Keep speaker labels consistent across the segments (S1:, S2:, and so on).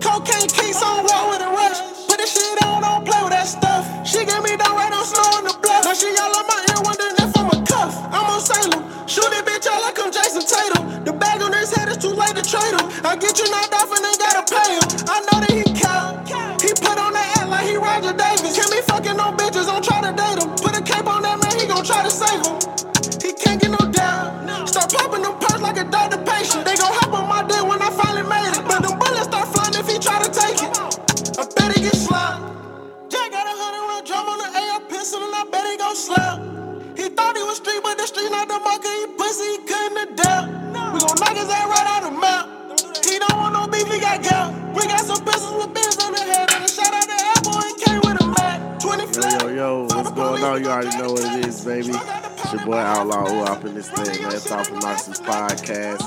S1: cocaine king, so I'm walk with a rush. Put this shit on, don't play with that stuff. She gave me down right on slow in the bluff. Now she all on my ear, wondering if I'm a cuff. I'm on Salem. Shoot it, bitch, all like I'm Jason Tatum. The bag on his head is too late to trade him. I get you knocked off and ain't gotta pay him. I know that he count. He put on that act like he Roger Davis. Can't be fucking on bitches, don't try to date him. Put a cape on that man, he gon' try to save him. He can't get no down. Start popping them perks like a doctor patient. They gon' hop on my dick when I finally made it. But them bullets start flying if he try to take it. I bet he get slapped. Jack got a hundred round drum on the AR pistol and I bet he gon' slap. He thought he was street, but the street not the market. He pussy, he couldn't adapt. We gon' knock his ass right out the map. He don't want no beef, he got gout. We got some pistols with bins on the head. And a shout out to Apple and came with a Mac. 20
S2: Yo,
S1: flat.
S2: yo, yo, what's going on? You already know what it is, baby. It's your boy Outlaw O up in this thing, man. It's off Noxus Podcast.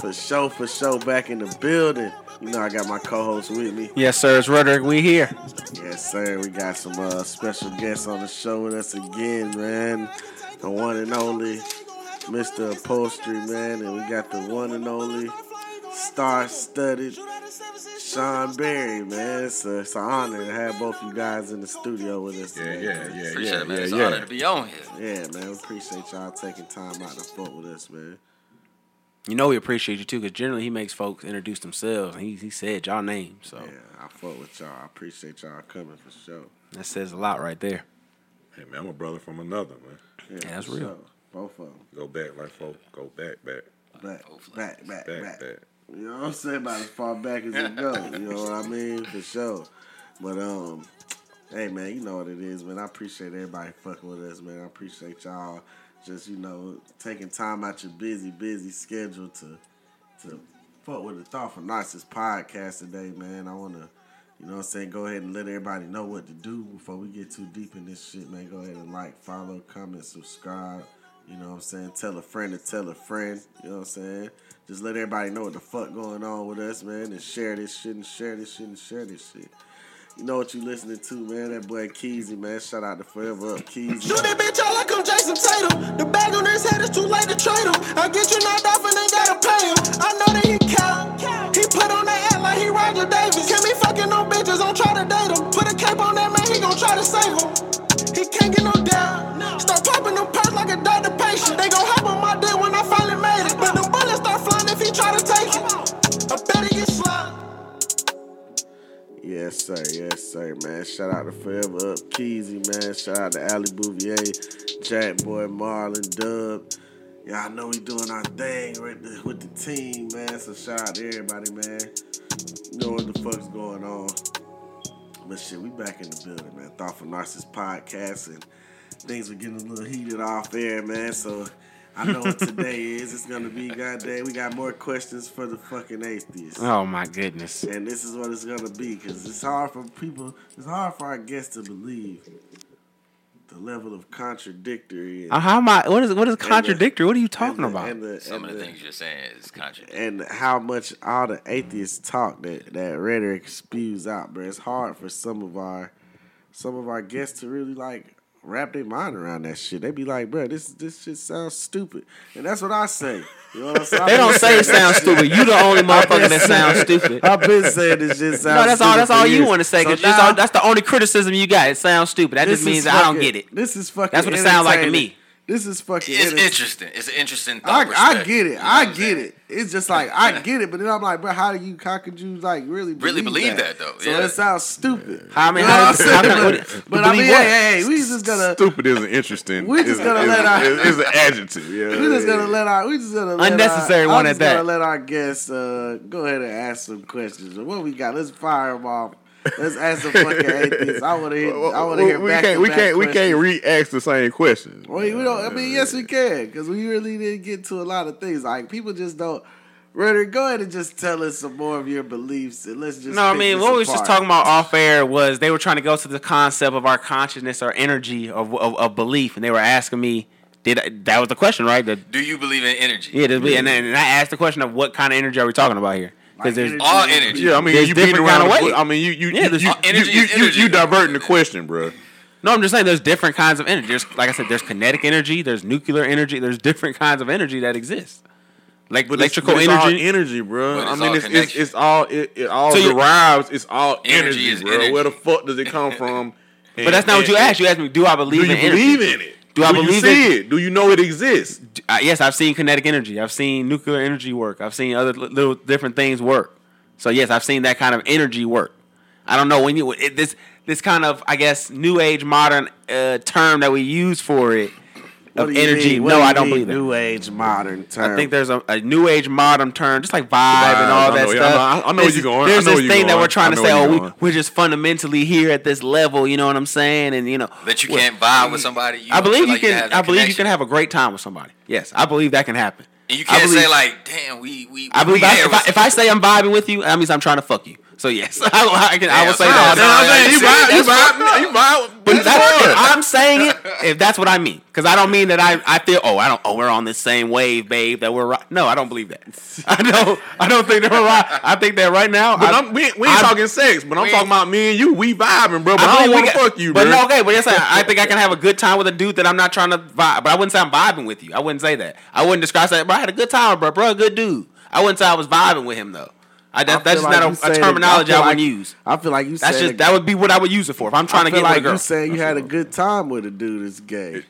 S2: For show, for show, back in the building. You know, I got my co host with me.
S3: Yes, sir. It's Roderick. We here.
S2: Yes, sir. We got some uh, special guests on the show with us again, man. The one and only Mr. Upholstery, man. And we got the one and only star studded Sean Berry, man. It's, a, it's an honor to have both you guys in the studio with us.
S4: Yeah,
S2: today,
S4: yeah,
S2: man.
S4: yeah,
S5: Appreciate
S4: yeah,
S5: it, man.
S4: yeah,
S5: it's an honor
S4: yeah.
S5: to be on here.
S2: Yeah, man. We appreciate y'all taking time out to fuck with us, man.
S3: You know we appreciate you too, because generally he makes folks introduce themselves, and he, he said y'all name, so
S2: Yeah, I fuck with y'all. I appreciate y'all coming for sure.
S3: that says a lot right there.
S4: Hey man, I'm a brother from another man.
S2: Yeah,
S3: Yeah, that's
S2: for
S3: real.
S2: sure. Both of them.
S4: Go back like folk. Go back, back,
S2: Back, back, back,
S4: back,
S2: back.
S4: back.
S2: You know what I'm saying? About as far back as it goes. You know what I mean? For sure. But um, hey man, you know what it is, man. I appreciate everybody fucking with us, man. I appreciate y'all just you know taking time out your busy, busy schedule to to fuck with the Thoughtful Narcissist podcast today, man. I wanna. You know what I'm saying? Go ahead and let everybody know what to do before we get too deep in this shit, man. Go ahead and like, follow, comment, subscribe. You know what I'm saying? Tell a friend to tell a friend. You know what I'm saying? Just let everybody know what the fuck going on with us, man. And share this shit and share this shit and share this shit. You know what you listening to, man? That boy Keezy, man. Shout out to Forever Up
S1: Shoot
S2: Keezy.
S1: that bitch out like I'm Jason Tatum. The bag on his head is too late to trade him. I get you knocked off and ain't gotta pay him. I know that he count. He put on that act like he Roger Davis. Can't be fucking on bitches, don't try to date him. Put a cape on that man, he gon' try to save him. He can't get no down. Start popping them perks like a doctor patient. They gon' hop on my dick when I finally made it. But them bullets start flying if he try to take it. I bet he get slapped.
S2: Yes, sir. Yes, sir, man. Shout out to Forever Up Keezy, man. Shout out to Ali Bouvier, Jack Boy, Marlon, Dub. Y'all know we doing our thing right there with the team, man. So shout out to everybody, man. You know what the fuck's going on. But shit, we back in the building, man. Thoughtful Narcissist Podcast and things were getting a little heated off air, man. So I know what today is. It's gonna be goddamn. We got more questions for the fucking atheists.
S3: Oh my goodness.
S2: And this is what it's gonna be, cause it's hard for people, it's hard for our guests to believe the level of contradictory. And,
S3: Uh, how am I? What is what is contradictory? What are you talking
S2: and the-
S3: about?
S2: And the,
S5: Some
S2: and
S5: of the
S2: the-
S5: things you're saying is contradictory.
S2: and how much all the atheists talk that that rhetoric spews out, bro. It's hard for some of our some of our guests to really like wrap their mind around that shit. They be like, bro, this this shit sounds stupid, and that's what I say. You know what I'm saying?
S3: They don't say it sounds stupid. You the only motherfucker that sounds stupid. No,
S2: I've been saying this shit sounds.
S3: that's all.
S2: stupid
S3: That's
S2: for
S3: all you
S2: years.
S3: want to say.
S2: So
S3: Cause
S2: now-
S3: that's, all, that's the only criticism you got. It sounds stupid. That just
S2: is
S3: means I don't
S2: fucking-
S3: get it.
S2: This is fucking.
S3: That's what it sounds like to
S2: entertaining.
S3: me.
S2: This is fucking.
S5: It's
S2: entertaining.
S5: interesting. It's an interesting thought.
S2: I, I
S5: perspective.
S2: get
S5: You
S2: it.
S5: know
S2: I
S5: what I'm
S2: get
S5: saying?
S2: it. It's just like I get it, but then I'm like, bro, how do you? How could you like really believe
S5: Really believe that, though,
S2: So
S5: yeah.
S2: that sounds stupid.
S3: How- I mean,
S2: You know
S3: how-
S2: what I'm saying?
S3: how can- what-
S2: but,
S3: to
S2: but I mean,
S3: believe
S2: hey,
S3: what?
S2: hey, hey, we just gonna
S4: Stupid isn't interesting.
S2: We just
S4: is-
S2: gonna
S4: is-
S2: let our-
S4: is- is an adjective. Yeah.
S2: we just gonna let our we just gonna let
S3: Unnecessary
S2: our, I'm
S3: one at
S2: just gonna
S3: that.
S2: let our guests uh, go ahead and ask some questions. What we got? Let's fire them off. Let's ask some fucking atheists. I want to hear. I want to hear.
S4: We
S2: back
S4: can't. We
S2: to back
S4: can't. We
S2: questions.
S4: can't re-ask the same question.
S2: Well, we don't. I mean, yes, we can because we really didn't get to a lot of things. Like people just don't. Renner, go ahead and just tell us some more of your beliefs, and let's just.
S3: No, I
S2: pick
S3: mean,
S2: this
S3: what we was just
S2: apart.
S3: talking about off air was they were trying to go to the concept of our consciousness, our energy of, of, of belief, and they were asking me, did I, that was the question, right? The,
S5: Do you believe in energy?
S3: yeah, the, And, then- and I asked the question of what kind of energy are we talking about here?
S2: Like
S3: Because there's
S2: energy.
S5: All energy.
S4: Yeah, I mean,
S3: There's
S4: you beating
S3: different
S4: around
S3: kinda
S4: the bush.
S3: way.
S4: I mean, you you
S3: Yeah,
S4: you,
S3: there's-
S4: you, you,
S5: energy
S4: you,
S5: is
S4: you,
S5: energy.
S4: you diverting the question, bro.
S3: no, I'm just saying there's different kinds of energy. There's like I said, there's kinetic energy, there's nuclear energy, there's different kinds of energy that exist. like
S4: But it's-
S3: electrical
S4: but it's,
S3: energy.
S4: all energy, bro.
S5: But it's
S4: I
S5: all
S4: mean, it's, it's,
S5: connection.
S4: it's all it, it all
S3: So you-
S4: derives. It's all energy,
S5: Energy is
S4: bro.
S5: energy.
S4: Where the fuck does it come from?
S3: but that's not what you asked. You asked me, do I believe
S4: Do you
S3: in energy?
S4: believe in it?
S3: Do I believe
S4: you see it? Do you know it exists?
S3: I, yes, I've seen kinetic energy. I've seen nuclear energy work. I've seen other li- little different things work. So yes, I've seen that kind of energy work. I don't know when you it, this this kind of I guess new age modern uh, term that we use for it
S2: What do
S3: of
S2: you
S3: energy.
S2: mean- what
S3: No,
S2: do you
S3: I don't
S2: mean
S3: believe it.
S2: New age modern term.
S3: I think there's a, a new age modern term, just like vibe and all
S4: I
S3: that
S4: know, yeah, I
S3: stuff.
S4: know- I
S3: There's
S4: know where you're
S3: this-
S4: going. I
S3: There's
S4: know
S3: this
S4: where you're
S3: thing that
S4: going.
S3: we're trying
S4: I
S3: to
S4: know
S3: say,
S4: where
S3: oh,
S4: you're
S3: we,
S4: going.
S3: we're just fundamentally here at this level. You know what I'm saying? And you know
S5: That you
S3: well,
S5: can't vibe with somebody. You
S3: I
S5: don't feel
S3: believe you
S5: like
S3: can.
S5: have that
S3: I believe you
S5: connection.
S3: can have a great time with somebody. Yes, I believe that can happen.
S5: And you
S3: I
S5: can't say
S3: believe-
S5: like, damn, we we.
S3: I believe
S5: we
S3: I,
S5: here
S3: if, I,
S5: with-
S3: if I say I'm vibing with you, that means I'm trying to fuck you. So yes, I, I can, I will
S5: Yeah,
S3: say
S5: so-
S3: that.
S5: so I'm saying
S4: you
S5: you
S4: vibe,
S5: vibe-
S4: you vibe, you vibe.
S3: But that's- if I'm saying it if that's what I mean, because I don't mean that I, I feel oh I don't oh we're on the same wave, babe. That we're right. No, I don't believe that. I don't I don't think that we're right. I think that right now.
S4: But
S3: I,
S4: I'm, we, ain't- we ain't
S3: I-
S4: talking sex, but I'm
S5: we-
S4: talking about me and you. We vibing, bro. But I,
S3: believe
S4: don't
S3: we
S4: want to
S3: got-
S4: fuck you, bro.
S3: But no, okay, but yes, I, I think I can have a good time with a dude that I'm not trying to vibe. But I wouldn't say I'm vibing with you. I wouldn't say that. I wouldn't describe that. Bro, I had a good time, bro. Bro, a good dude. I wouldn't say I was vibing with him though. I,
S2: I
S3: that,
S2: feel
S3: that's
S2: like you
S3: just not
S2: said
S3: a,
S2: it-
S3: a terminology I,
S2: feel
S3: wouldn't
S2: like-
S3: use.
S2: I feel like you
S3: That's
S2: said
S3: just
S2: it-
S3: that would be what I would use it for. If I'm
S2: I
S3: trying to
S2: feel
S3: get
S2: like
S3: with a girl,
S2: you saying you had a good time with a dude that's gay.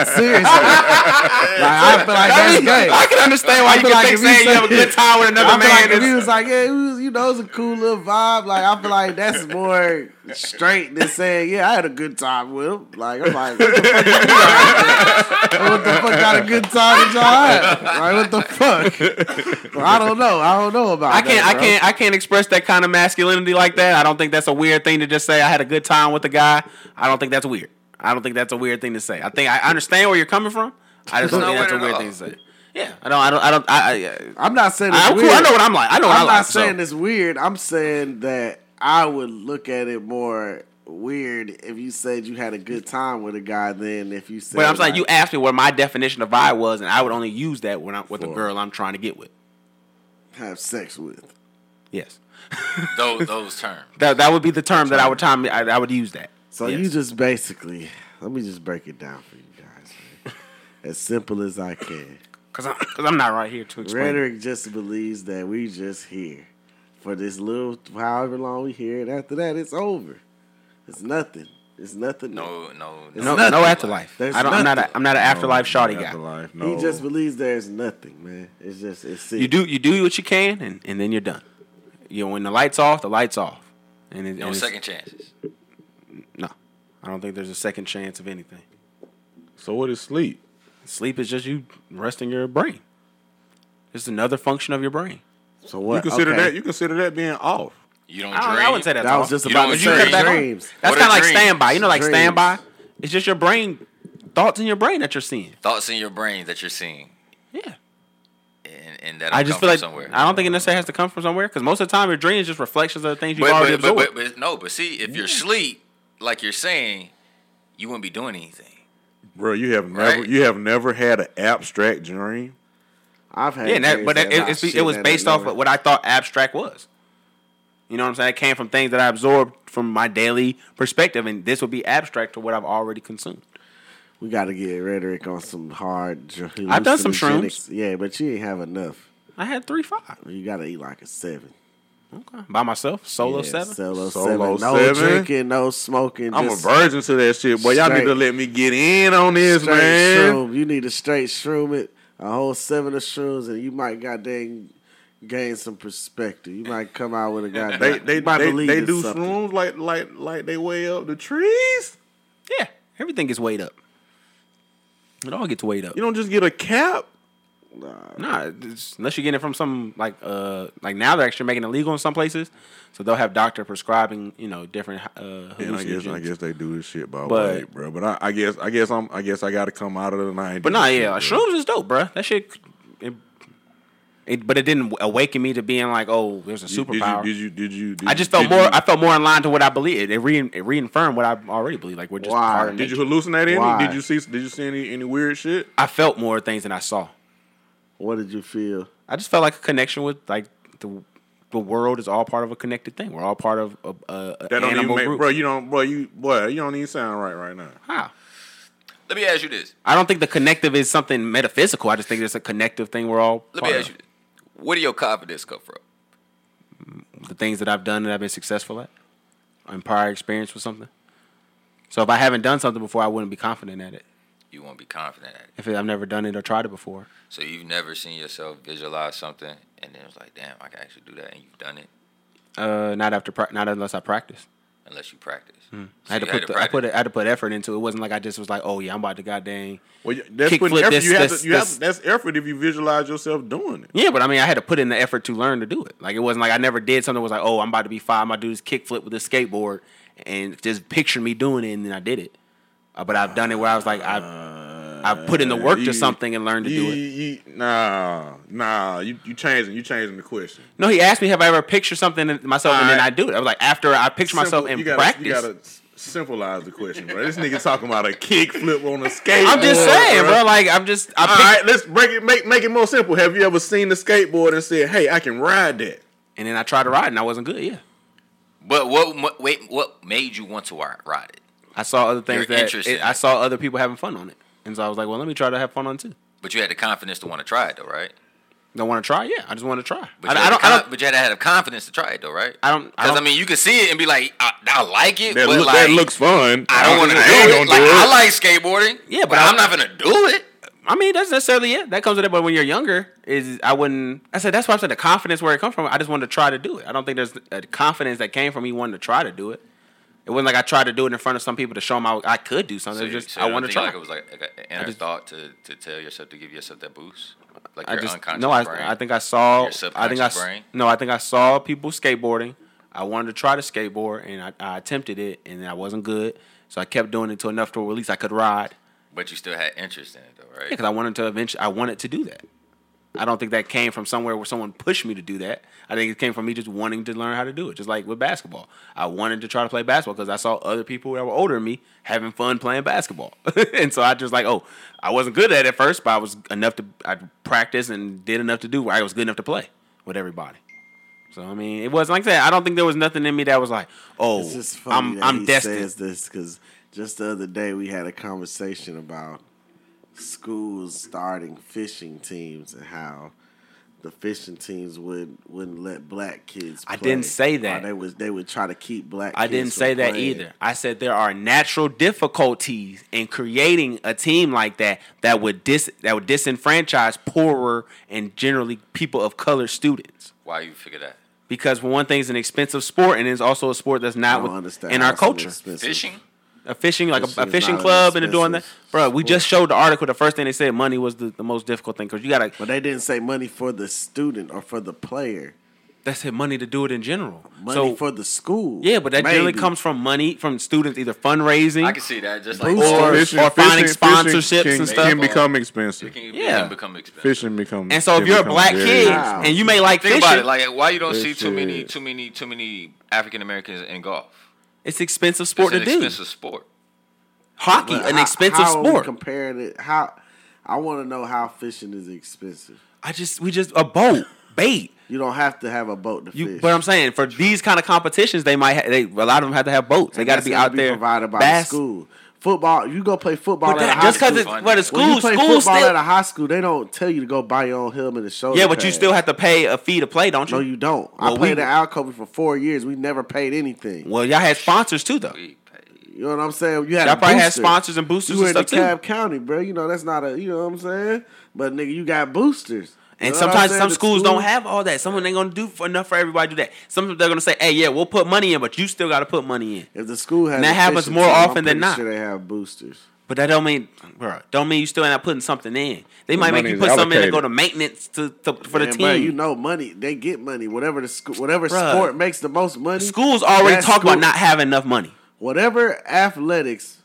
S2: Seriously, like, I feel like
S3: I,
S2: that's
S3: mean,
S2: gay.
S3: I can understand why
S2: I
S3: you
S2: feel
S3: can
S2: like
S3: think
S2: if you
S3: saying you
S2: say-
S3: have a good time with another
S2: I feel
S3: man.
S2: like if
S3: is-
S2: he was like, yeah, it was, you know, it was a cool little vibe. Like, I feel like that's more straight than saying, yeah, I had a good time with him. Like, I'm like, what the fuck, you got? what the fuck kind of good time that y'all had? Like, what the fuck? Well, I don't know. I don't know about
S3: I can't,
S2: that,
S3: I
S2: bro.
S3: can't, I can't express that kind of masculinity like that. I don't think that's a weird thing to just say. I had a good time with the guy. I don't think that's weird. I don't think that's a weird thing to say. I think I understand where you're coming from. I just don't
S5: It's not
S3: think that's a
S5: weird at
S3: weird
S5: all.
S3: thing to say. Yeah, I don't, I don't, I don't, I, I,
S2: I'm not saying it's
S3: I, am
S2: weird.
S3: cool. I know what I'm like. I know what
S2: I'm
S3: I
S2: not
S3: like, so.
S2: saying it's weird. I'm saying that I would look at it more weird if you said you had a good time with a guy than if you said.
S3: But I'm saying
S2: like,
S3: you asked me what my definition of vibe was, and I would only use that when I'm with the girl I'm trying to get with.
S2: have sex with.
S3: Yes,
S5: those those terms.
S3: that that would be the term that I would time I, I would use that.
S2: So
S3: Yes.
S2: you just basically let me just break it down for you guys, man. as simple as I can.
S3: Cause I'm, cause I'm not right here to explain. it.
S2: Rhetoric just believes that we just here for this little however long we here, and after that it's over. It's nothing. It's nothing.
S5: No, no,
S3: No,
S2: nothing.
S3: no afterlife.
S2: There's
S3: I don't, I'm not.
S2: nothing.
S3: A, I'm not an afterlife shawty guy.
S4: Afterlife,
S2: He
S4: no.
S2: just believes there's nothing, man. It's just it's it.
S3: You do you do what you can, and, and then you're done. You know, when the lights off, the lights off. And it,
S5: No
S3: and it's-
S5: second chances.
S3: No, I don't think there's a second chance of anything.
S4: so what is sleep?
S3: Sleep is just you resting your brain. It's another function of your brain.
S2: So what?
S4: You consider
S2: okay.
S4: that? You consider that being off?
S5: You don't
S3: I,
S5: dream.
S3: don't, I wouldn't say that's
S2: That was
S3: off.
S2: just
S5: You
S2: about
S5: know
S2: to
S5: what you
S2: say
S5: said
S3: back on?
S2: dreams.
S3: That's
S5: What
S3: kind
S5: are
S3: of like
S5: dreams?
S3: standby. You know, like
S2: Dreams.
S3: standby. It's just your brain thoughts in your brain that you're seeing.
S5: Thoughts in your brain that you're seeing,
S3: Yeah.
S5: and, and that
S3: I just
S5: come
S3: feel
S5: from
S3: like
S5: somewhere.
S3: I don't think it necessarily has to come from somewhere because most of the time your dream is just reflections of the things you've
S5: but,
S3: already
S5: but, but,
S3: absorbed.
S5: but, but no, but see, if you're asleep, like you're saying, you wouldn't be doing anything.
S4: Bro, you have never
S5: Right.
S4: you have never had an abstract dream.
S2: I've had.
S3: Yeah, and that,
S2: dreams
S3: but it,
S2: about
S3: it's,
S2: shit
S3: it was
S2: that I
S3: based off
S2: never-
S3: of what I thought abstract was. You know what I'm saying? It came from things that I absorbed from my daily perspective, and this would be abstract to what I've already consumed.
S2: We got to get rhetoric on some hard. dr-
S3: I've done some
S2: hallucinogenics. Yeah, but you ain't have enough.
S3: I had three five
S2: You got to eat like a seven.
S3: okay. by myself, solo
S2: Yeah,
S3: seven.
S2: Solo,
S4: Solo
S2: seven. No
S4: seven?
S2: drinking, no smoking.
S4: I'm a
S2: just
S4: virgin to that shit, boy. Y'all need
S2: straight-
S4: to let me get in on this,
S2: straight
S4: man.
S2: Shroom. You need a straight shroom it, a whole seven of shrooms, and you might goddamn gain some perspective. You might come out with a goddamn.
S4: They they
S2: you might
S4: they,
S2: believe
S4: they
S2: in
S4: do
S2: something.
S4: shrooms like like like they way up the trees.
S3: Yeah, everything gets weighed up. It all gets weighed up.
S4: You don't just get a cap.
S3: Nah, it's- unless you're getting it from some like uh like now they're actually making it legal in some places, so they'll have doctor prescribing you know different uh
S4: And I guess I
S3: hallucinogens.
S4: guess they do this shit by
S3: But-
S4: way, bro. But I, I guess I guess I'm I guess I got to come out of the night.
S3: But nah, yeah, shrooms is dope, bruh. That shit. It, it, but it didn't awaken me to being like, oh, there's a superpower.
S4: Did you did you? Did you did
S3: I just felt
S4: did
S3: more.
S4: you-
S3: I felt more in line to what I believe. It, it re it reaffirmed what I already believe. Like we're just
S2: Why?
S3: part of
S4: Did you
S3: nature.
S4: hallucinate any?
S2: Why?
S4: Did you see? Did you see any any weird shit?
S3: I felt more things than I saw.
S2: What did you feel?
S3: I just felt like a connection with like the the world is all part of a connected thing. We're all part of a, a, a
S4: That don't
S3: animal
S4: even make,
S3: group.
S4: bro. You don't, bro. You, boy, you don't even sound right right now.
S3: How?
S5: let me ask you this.
S3: I don't think the connective is something metaphysical. I just think it's a connective thing. We're all
S5: Let
S3: part
S5: me ask
S3: of.
S5: you this. Where do your confidence come from?
S3: the things that I've done that I've been successful at, and prior experience with something. So if I haven't done something before, I wouldn't be confident at it.
S5: You won't be confident at it.
S3: If I've never done it or tried it before,
S5: So you've never seen yourself visualize something and then it's like, damn, I can actually do that, and you've done it
S3: uh, not after, pra- not unless I practice.
S5: unless you practice. So
S3: Hmm. I had
S5: you
S3: to put, the, I
S5: practice.
S3: put, it- I had to put effort into it. It wasn't like I just was like, oh yeah, I'm about to goddamn.
S4: Well, you- that's
S3: Kick
S4: putting
S3: flip,
S4: effort.
S3: this-
S4: you have
S3: this-
S4: to, you have
S3: this-
S4: to, that's effort if you visualize yourself doing it.
S3: Yeah, but I mean, I had to put in the effort to learn to do it. Like it wasn't like I never did something. that Was like, oh, I'm about to be five. I'm about to do this kickflip with this skateboard, and just picture me doing it, and then I did it. Uh, but I've done it where I was like, I, I put in the work
S4: You-
S3: to something and learned to
S4: you,
S3: do it.
S4: you- nah, nah. You you changing you changing the question.
S3: No, he asked me, have I ever pictured something in- myself, and then
S4: Alright.
S3: I do it. I was like, after I picture myself
S4: Simple-
S3: in
S4: you gotta,
S3: practice.
S4: You gotta s- simplify the question, bro. This nigga talking about a kickflip on a skateboard.
S3: I'm just saying, bro. Like I'm just, I
S4: All
S3: pic-
S4: right, let's break it. Make make it more simple. Have you ever seen the skateboard and said, "Hey, I can ride that"?
S3: and then I tried to ride, and I wasn't good. Yeah,
S5: But what, mo- wait, what made you want to ri- ride it?
S3: I saw other things
S5: You're
S3: that
S5: interested.
S3: it- I saw other people having fun on it, and so I was like, well, let me try to have fun on it too.
S5: But you had the confidence to want to try it, though, right?
S3: Don't want to try? Yeah, I just want to try.
S5: But
S3: I,
S5: you
S3: I
S5: had the
S3: don't. I
S5: con-
S3: don't.
S5: But you had to have the confidence to try it, though, right?
S3: I don't. I
S5: Because
S3: don't
S5: I, mean, you can see it and be like, I, I like it,
S4: That,
S5: but
S4: look,
S5: like,
S4: that looks fun.
S5: I don't want to do
S4: ain't
S5: it.
S4: gonna
S5: Like,
S4: do
S5: I like skateboarding.
S3: Yeah, but
S5: but
S3: I-
S5: I'm not gonna do it.
S3: I mean, that's necessarily it. That comes with it. But when you're younger, is I wouldn't. I said that's why I said the confidence where it comes from. I just wanted to try to do it. I don't think there's a confidence that came from me wanting to try to do it. It wasn't like I tried to do it in front of some people to show them I, I could do something.
S5: So
S3: It was
S5: you-
S3: just
S5: so you
S3: I
S5: don't
S3: want to
S5: think,
S3: try.
S5: Like it was like, like an inner
S3: just-
S5: thought to, to tell yourself to give yourself that boost. Like
S3: I
S5: your
S3: just
S5: unconscious
S3: no. I,
S5: brain.
S3: I think I saw.
S5: Your
S3: I think I
S5: subconscious
S3: s-
S5: brain?
S3: no. I think I saw people skateboarding. I wanted to try to skateboard, and I, I attempted it, and I wasn't good. So I kept doing it to enough to where at least I could ride.
S5: but you still had interest in it, though, right?
S3: because I wanted to eventually. I wanted to do that. I don't think that came from somewhere where someone pushed me to do that. I think it came from me just wanting to learn how to do it, just like with basketball. I wanted to try to play basketball because I saw other people that were older than me having fun playing basketball, and so I just like, oh, I wasn't good at it at first, but I was enough to I practiced and did enough to do where I was good enough to play with everybody. So I mean, it was like that. I don't think there was nothing in me that was like, oh,
S2: It's just funny
S3: I'm
S2: that
S3: I'm
S2: he
S3: destined.
S2: says this because just the other day we had a conversation about schools starting fishing teams and how the fishing teams would wouldn't let black kids. Play.
S3: I didn't say
S2: Or
S3: that.
S2: they would they would try to keep black.
S3: I
S2: kids
S3: didn't
S2: from
S3: say that
S2: playing.
S3: either. I said there are natural difficulties in creating a team like that that would dis that would disenfranchise poorer and generally people of color students.
S5: Why you figure that?
S3: Because for one thing, it's an expensive sport, and it's also a sport that's
S2: I
S3: not
S2: don't
S3: with-
S2: understand
S3: in
S2: how
S3: our
S2: it's so
S3: culture.
S2: expensive.
S5: Fishing?
S3: A fishing, like a,
S2: Fishing
S3: a
S2: is
S3: fishing
S2: not an
S3: club, and they're doing that,
S2: expensive
S3: bro. We
S2: sport.
S3: just showed the article. The first thing they said, money was the, the most difficult thing because you gotta.
S2: But they didn't say money for the student or for the player.
S3: That's it, money to do it in general.
S2: Money
S3: so
S2: for the school.
S3: yeah, but that generally
S2: maybe.
S3: comes from money from students either fundraising.
S5: I can see that. Just like
S2: Boost
S3: Or-
S5: or
S3: Fishing- or finding sponsorships
S4: can,
S3: and stuff.
S4: can become
S5: it
S4: expensive.
S5: can
S3: Yeah.
S5: yeah. become expensive.
S4: Fishing become
S3: And so if
S4: can
S3: you're a
S4: become
S3: black
S4: very
S3: kid
S4: expensive.
S2: expensive.
S3: and you may like
S5: Think
S3: fishing,
S5: about it. Like why you don't see too
S4: Fishing.
S5: many, too many, too many African Americans in golf?
S3: it's expensive
S5: It's
S3: sport
S5: an
S3: to do.
S5: expensive sport.
S3: Hockey,
S2: But
S3: an
S2: how-
S3: expensive
S2: how are we
S3: sport.
S2: Comparing it, how I want to know how fishing is expensive.
S3: I just we just a boat bait.
S2: You don't have to have a boat to
S3: You,
S2: fish.
S3: but I'm saying for these kind of competitions, they might ha- they a lot of them have to have boats. They got to
S2: That's
S3: be
S2: gonna
S3: out there.
S2: Provided by
S3: bass-
S2: the school. Football. You go play football
S3: But
S2: at a
S3: that,
S2: high
S3: just
S2: school.
S3: because it's
S5: Fun.
S3: but it's
S2: when
S3: school,
S2: you play
S3: school
S2: football
S3: still.
S2: at a high school, they don't tell you to go buy your own helmet and shoulder.
S3: yeah, but you
S2: pads.
S3: still have to pay a fee to play, don't you?
S2: No, you don't.
S3: Well,
S2: I
S3: we-
S2: played at Alcove for four years. We never paid anything.
S3: Well, y'all had sponsors too, though.
S5: We pay.
S2: You know what I'm saying? You had
S3: Y'all
S2: a
S3: probably had
S2: booster.
S3: sponsors and boosters
S2: You were
S3: and
S2: in the
S3: stuff too.
S2: Cab County, bro. You know that's not a. You know what I'm saying? But nigga, you got boosters. You
S3: And
S2: know what I'm
S3: sometimes
S2: saying?
S3: some
S2: The
S3: schools
S2: school-
S3: don't have all that. Someone ain't gonna do for enough for everybody to do that. Some they're gonna say, "Hey, yeah, we'll put money in, but you still gotta put money in."
S2: If the school has,
S3: And that
S2: a
S3: happens
S2: fishing
S3: more
S2: team, I'm
S3: often
S2: pretty
S3: than not.
S2: Sure they have boosters.
S3: But that don't mean, bro, don't mean you still ain't putting something in. They might make
S4: money
S3: you
S4: is
S3: put something in to
S4: allocated.
S3: go to maintenance to, to for the
S2: Man,
S3: team.
S2: bro, you know, money. They get money. Whatever the school, whatever
S3: Bruh.
S2: sport makes the most money.
S3: Schools already
S2: that
S3: talk about
S2: school-
S3: not having enough money.
S2: whatever athletics,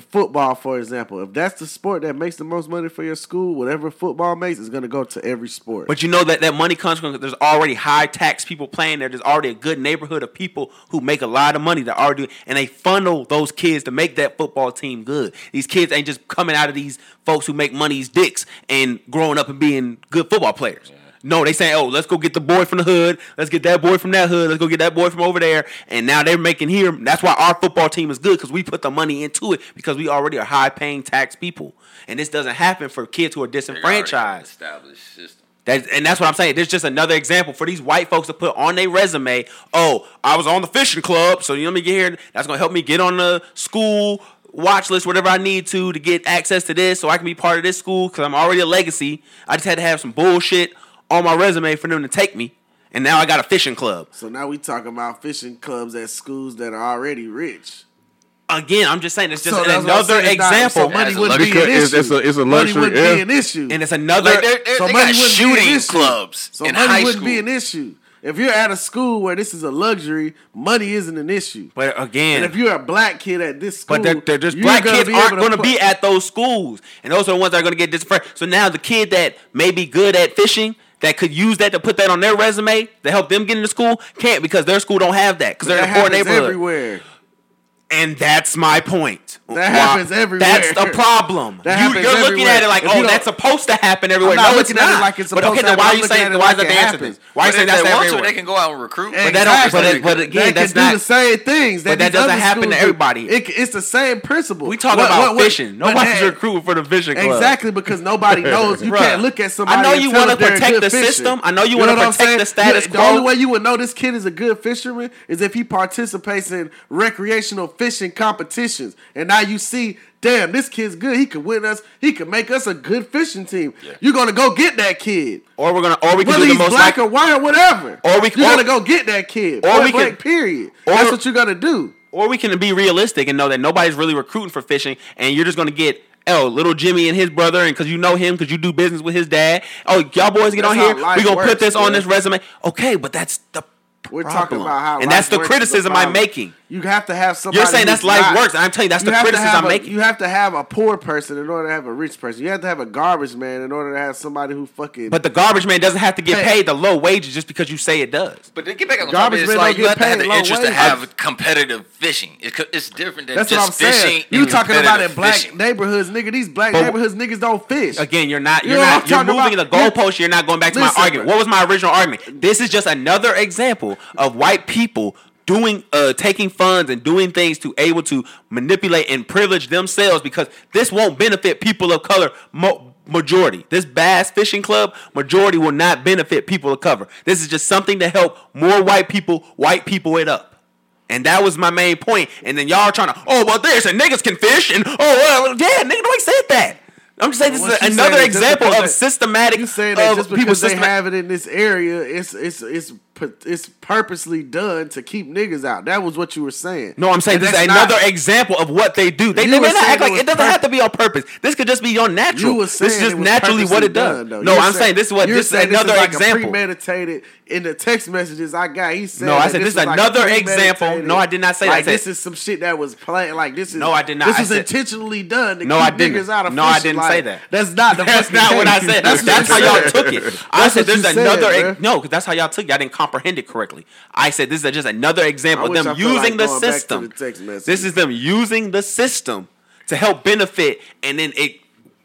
S2: football, for example, if that's the sport that makes the most money for your school, whatever football makes is going to go to every sport.
S3: But you know that that money comes from there's already high tax people playing there. There's already a good neighborhood of people who make a lot of money that are doing, and they funnel those kids to make that football team good. These kids ain't just coming out of these folks who make money's dicks and growing up and being good football players. No, they saying, oh, let's go get the boy from the hood. Let's get that boy from that hood. Let's go get that boy from over there. And now they're making here. That's why our football team is good because we put the money into it because we already are high paying tax people. And this doesn't happen for kids who are
S5: They already have an
S3: disenfranchised.
S5: Established system.
S3: That, and that's what I'm saying. There's just another example for these white folks to put on their resume. Oh, I was on the fishing club, so you know, let me get here. That's gonna help me get on the school watch list, whatever I need to to get access to this, so I can be part of this school because I'm already a legacy. I just had to have some bullshit on my resume for them to take me, and now I got a fishing club.
S2: So now we talking about fishing clubs at schools that are already rich.
S3: Again, I'm just saying it's just
S2: So that's what I'm
S3: another
S2: saying, dog. So
S3: example,
S2: money
S5: That's a
S2: wouldn't be an
S4: luxury- it's-
S2: issue.
S4: it's a- it's a luxury,
S2: Money wouldn't
S4: yeah.
S2: be an issue.
S3: and it's another.
S5: Like they're, they're,
S2: So
S5: they
S2: money
S5: got
S2: wouldn't be an
S5: shooting
S2: issue.
S5: clubs
S2: so
S5: in
S2: money
S5: high
S2: wouldn't
S5: school.
S2: be an issue. If you're at a school where this is a luxury, money isn't an issue.
S3: but again,
S2: And if you're a black kid at this school,
S3: But they're, they're just
S2: you're
S3: black
S2: gonna
S3: kids
S2: be
S3: aren't
S2: able
S3: going to
S2: pl-
S3: be at those schools, and those are the ones that are going to get disenfranchised. So now the kid that may be good at fishing that could use that to put that on their resume to help them get into school can't because their school don't have that because they're
S2: That
S3: in a poor
S2: happens
S3: neighborhood.
S2: everywhere.
S3: And that's my point. That
S2: happens everywhere.
S3: That's the problem.
S2: That
S3: you,
S2: happens
S3: you're looking
S2: everywhere.
S3: at it like,
S2: If you
S3: oh,
S2: don't-
S3: that's supposed to happen everywhere.
S2: I'm not
S3: no, it's
S2: looking at it
S3: not.
S2: like it's
S3: but
S2: supposed
S3: okay,
S2: to happen.
S3: then why are
S2: I'm
S3: you
S2: looking at
S3: saying
S2: it
S3: why is
S2: like it
S3: that the answer?
S2: happens.
S3: Why are you
S5: But
S3: saying
S5: if
S3: that's
S5: they want
S3: everywhere?
S5: to, they can go out and recruit.
S2: But
S3: that don't- but it- but again,
S2: They
S3: that's
S2: can do
S3: not-
S2: the same things.
S3: but
S2: these
S3: that doesn't
S2: other
S3: happen to
S2: schools do.
S3: everybody.
S2: It, it's the same principle.
S3: We talking
S2: What-
S3: about
S2: what- what-
S3: fishing.
S2: but
S3: Nobody's
S2: that-
S3: recruiting for the fishing club.
S2: Exactly because nobody knows. You
S3: Bruh.
S2: can't look at somebody.
S3: I know you
S2: want
S3: wanna
S2: to
S3: protect the system. I know you wanna protect the status
S2: The
S3: quo.
S2: only way you would know this kid is a good fisherman is if he participates in recreational fishing competitions. And now you see, damn, this kid's good. He could win us. He could make us a good fishing team. You're gonna go get that kid.
S3: Or we're gonna, or we can
S2: Whether
S3: do the
S2: he's
S3: most
S2: black or
S3: like,
S2: white or whatever,
S3: Or we-
S2: you're
S3: or-
S2: gonna go get that kid.
S3: or
S2: Point
S3: we
S2: blank,
S3: can-
S2: period.
S3: or-
S2: That's what you gotta do.
S3: or we can be realistic and know that nobody's really recruiting for fishing, and you're just gonna get oh little Jimmy and his brother, and because you know him, because you do business with his dad. Oh, y'all boys get
S2: That's
S3: on
S2: how
S3: here.
S2: life
S3: We gonna put
S2: works,
S3: this on
S2: man.
S3: this resume. Okay, but that's the
S2: We're
S3: problem.
S2: talking about how,
S3: and
S2: life
S3: that's the
S2: works is
S3: criticism I'm
S2: problem.
S3: making.
S2: You have to have somebody.
S3: You're saying
S2: who's
S3: that's life
S2: not-
S3: works, and I'm telling you that's
S2: you
S3: the
S2: have to
S3: criticism
S2: have
S3: I'm
S2: a-
S3: making.
S2: You have to have a poor person in order to have a rich person. You have to have a garbage man in order to have somebody who fucking.
S3: but the garbage man doesn't have to get
S2: Hey.
S3: paid the low wages just because you say it does.
S5: But to get back on the
S2: Garbage
S5: topic, it's
S2: men
S5: like
S2: don't
S5: you
S2: get
S5: have to have
S2: paid
S5: the
S2: low
S5: interest to
S2: wage.
S5: have competitive fishing. It's, co- it's different than
S2: that's what I'm
S5: just
S2: saying.
S5: fishing.
S2: You
S5: and
S2: talking about in
S5: competitive
S2: black
S5: fishing.
S2: neighborhoods, nigga? These black
S3: But-
S2: neighborhoods niggas don't fish.
S3: Again, you're not. You're
S2: You know, I'm
S3: not. You're
S2: talking
S3: moving
S2: about-
S3: the goalpost. You're not going back to
S2: Listen,
S3: my argument.
S2: bro.
S3: What was my original argument? This is just another example of white people doing, uh, taking funds and doing things to able to manipulate and privilege themselves because this won't benefit people of color. Mo- majority this bass fishing club majority will not benefit people of color this is just something to help more white people white people it up and that was my main point. And then y'all trying to, oh, well, this and niggas can fish and oh, well, yeah, nigga, nobody said that. I'm just saying this
S2: Well,
S3: is
S2: what you
S3: another
S2: saying is just
S3: example
S2: because
S3: of
S2: they-
S3: systematic
S2: You saying that
S3: of
S2: just
S3: uh, people
S2: because they
S3: systema-
S2: have it in this area, it's it's it's pu- it's purposely done to keep niggas out. That was what you were saying.
S3: No, I'm saying
S2: And
S3: this is
S2: that's not-
S3: another example of what they do. They,
S2: You
S3: they may
S2: were
S3: not
S2: saying
S3: act
S2: it
S3: like
S2: was
S3: it doesn't
S2: pur-
S3: have to be on purpose. This could just be your natural.
S2: You were
S3: This
S2: saying
S3: is just
S2: it was
S3: naturally what
S2: purposely
S3: it does.
S2: done, though.
S3: no,
S2: You're
S3: I'm saying, this is what
S2: you're
S3: this is
S2: saying
S3: another
S2: like a
S3: example.
S2: premeditated in the text messages I got. He said,
S3: No, I
S2: that
S3: said this is
S2: was like
S3: another
S2: a
S3: example.
S2: premeditated-
S3: No, I did not say that. I
S2: like,
S3: said-
S2: This is some shit that was planned. Like this is
S3: No, I did not.
S2: This
S3: I
S2: is
S3: said-
S2: intentionally done to
S3: No,
S2: keep
S3: I didn't.
S2: niggas out of
S3: No, I
S2: fishing.
S3: didn't
S2: Like,
S3: say that.
S2: That's not the
S3: That's
S2: fucking
S3: not what I
S2: case.
S3: said. That's,
S2: That's what
S3: how
S2: you
S3: y'all
S2: said.
S3: took it. I
S2: That's
S3: said
S2: what
S3: there's
S2: you said,
S3: another
S2: bruh.
S3: ex- no, because that's how y'all took. it. Y'all didn't comprehend it correctly. I said this is just another example of
S2: wish
S3: them
S2: I felt like
S3: using the
S2: going back to
S3: system.
S2: the text message.
S3: this is them using the system to help benefit, and then it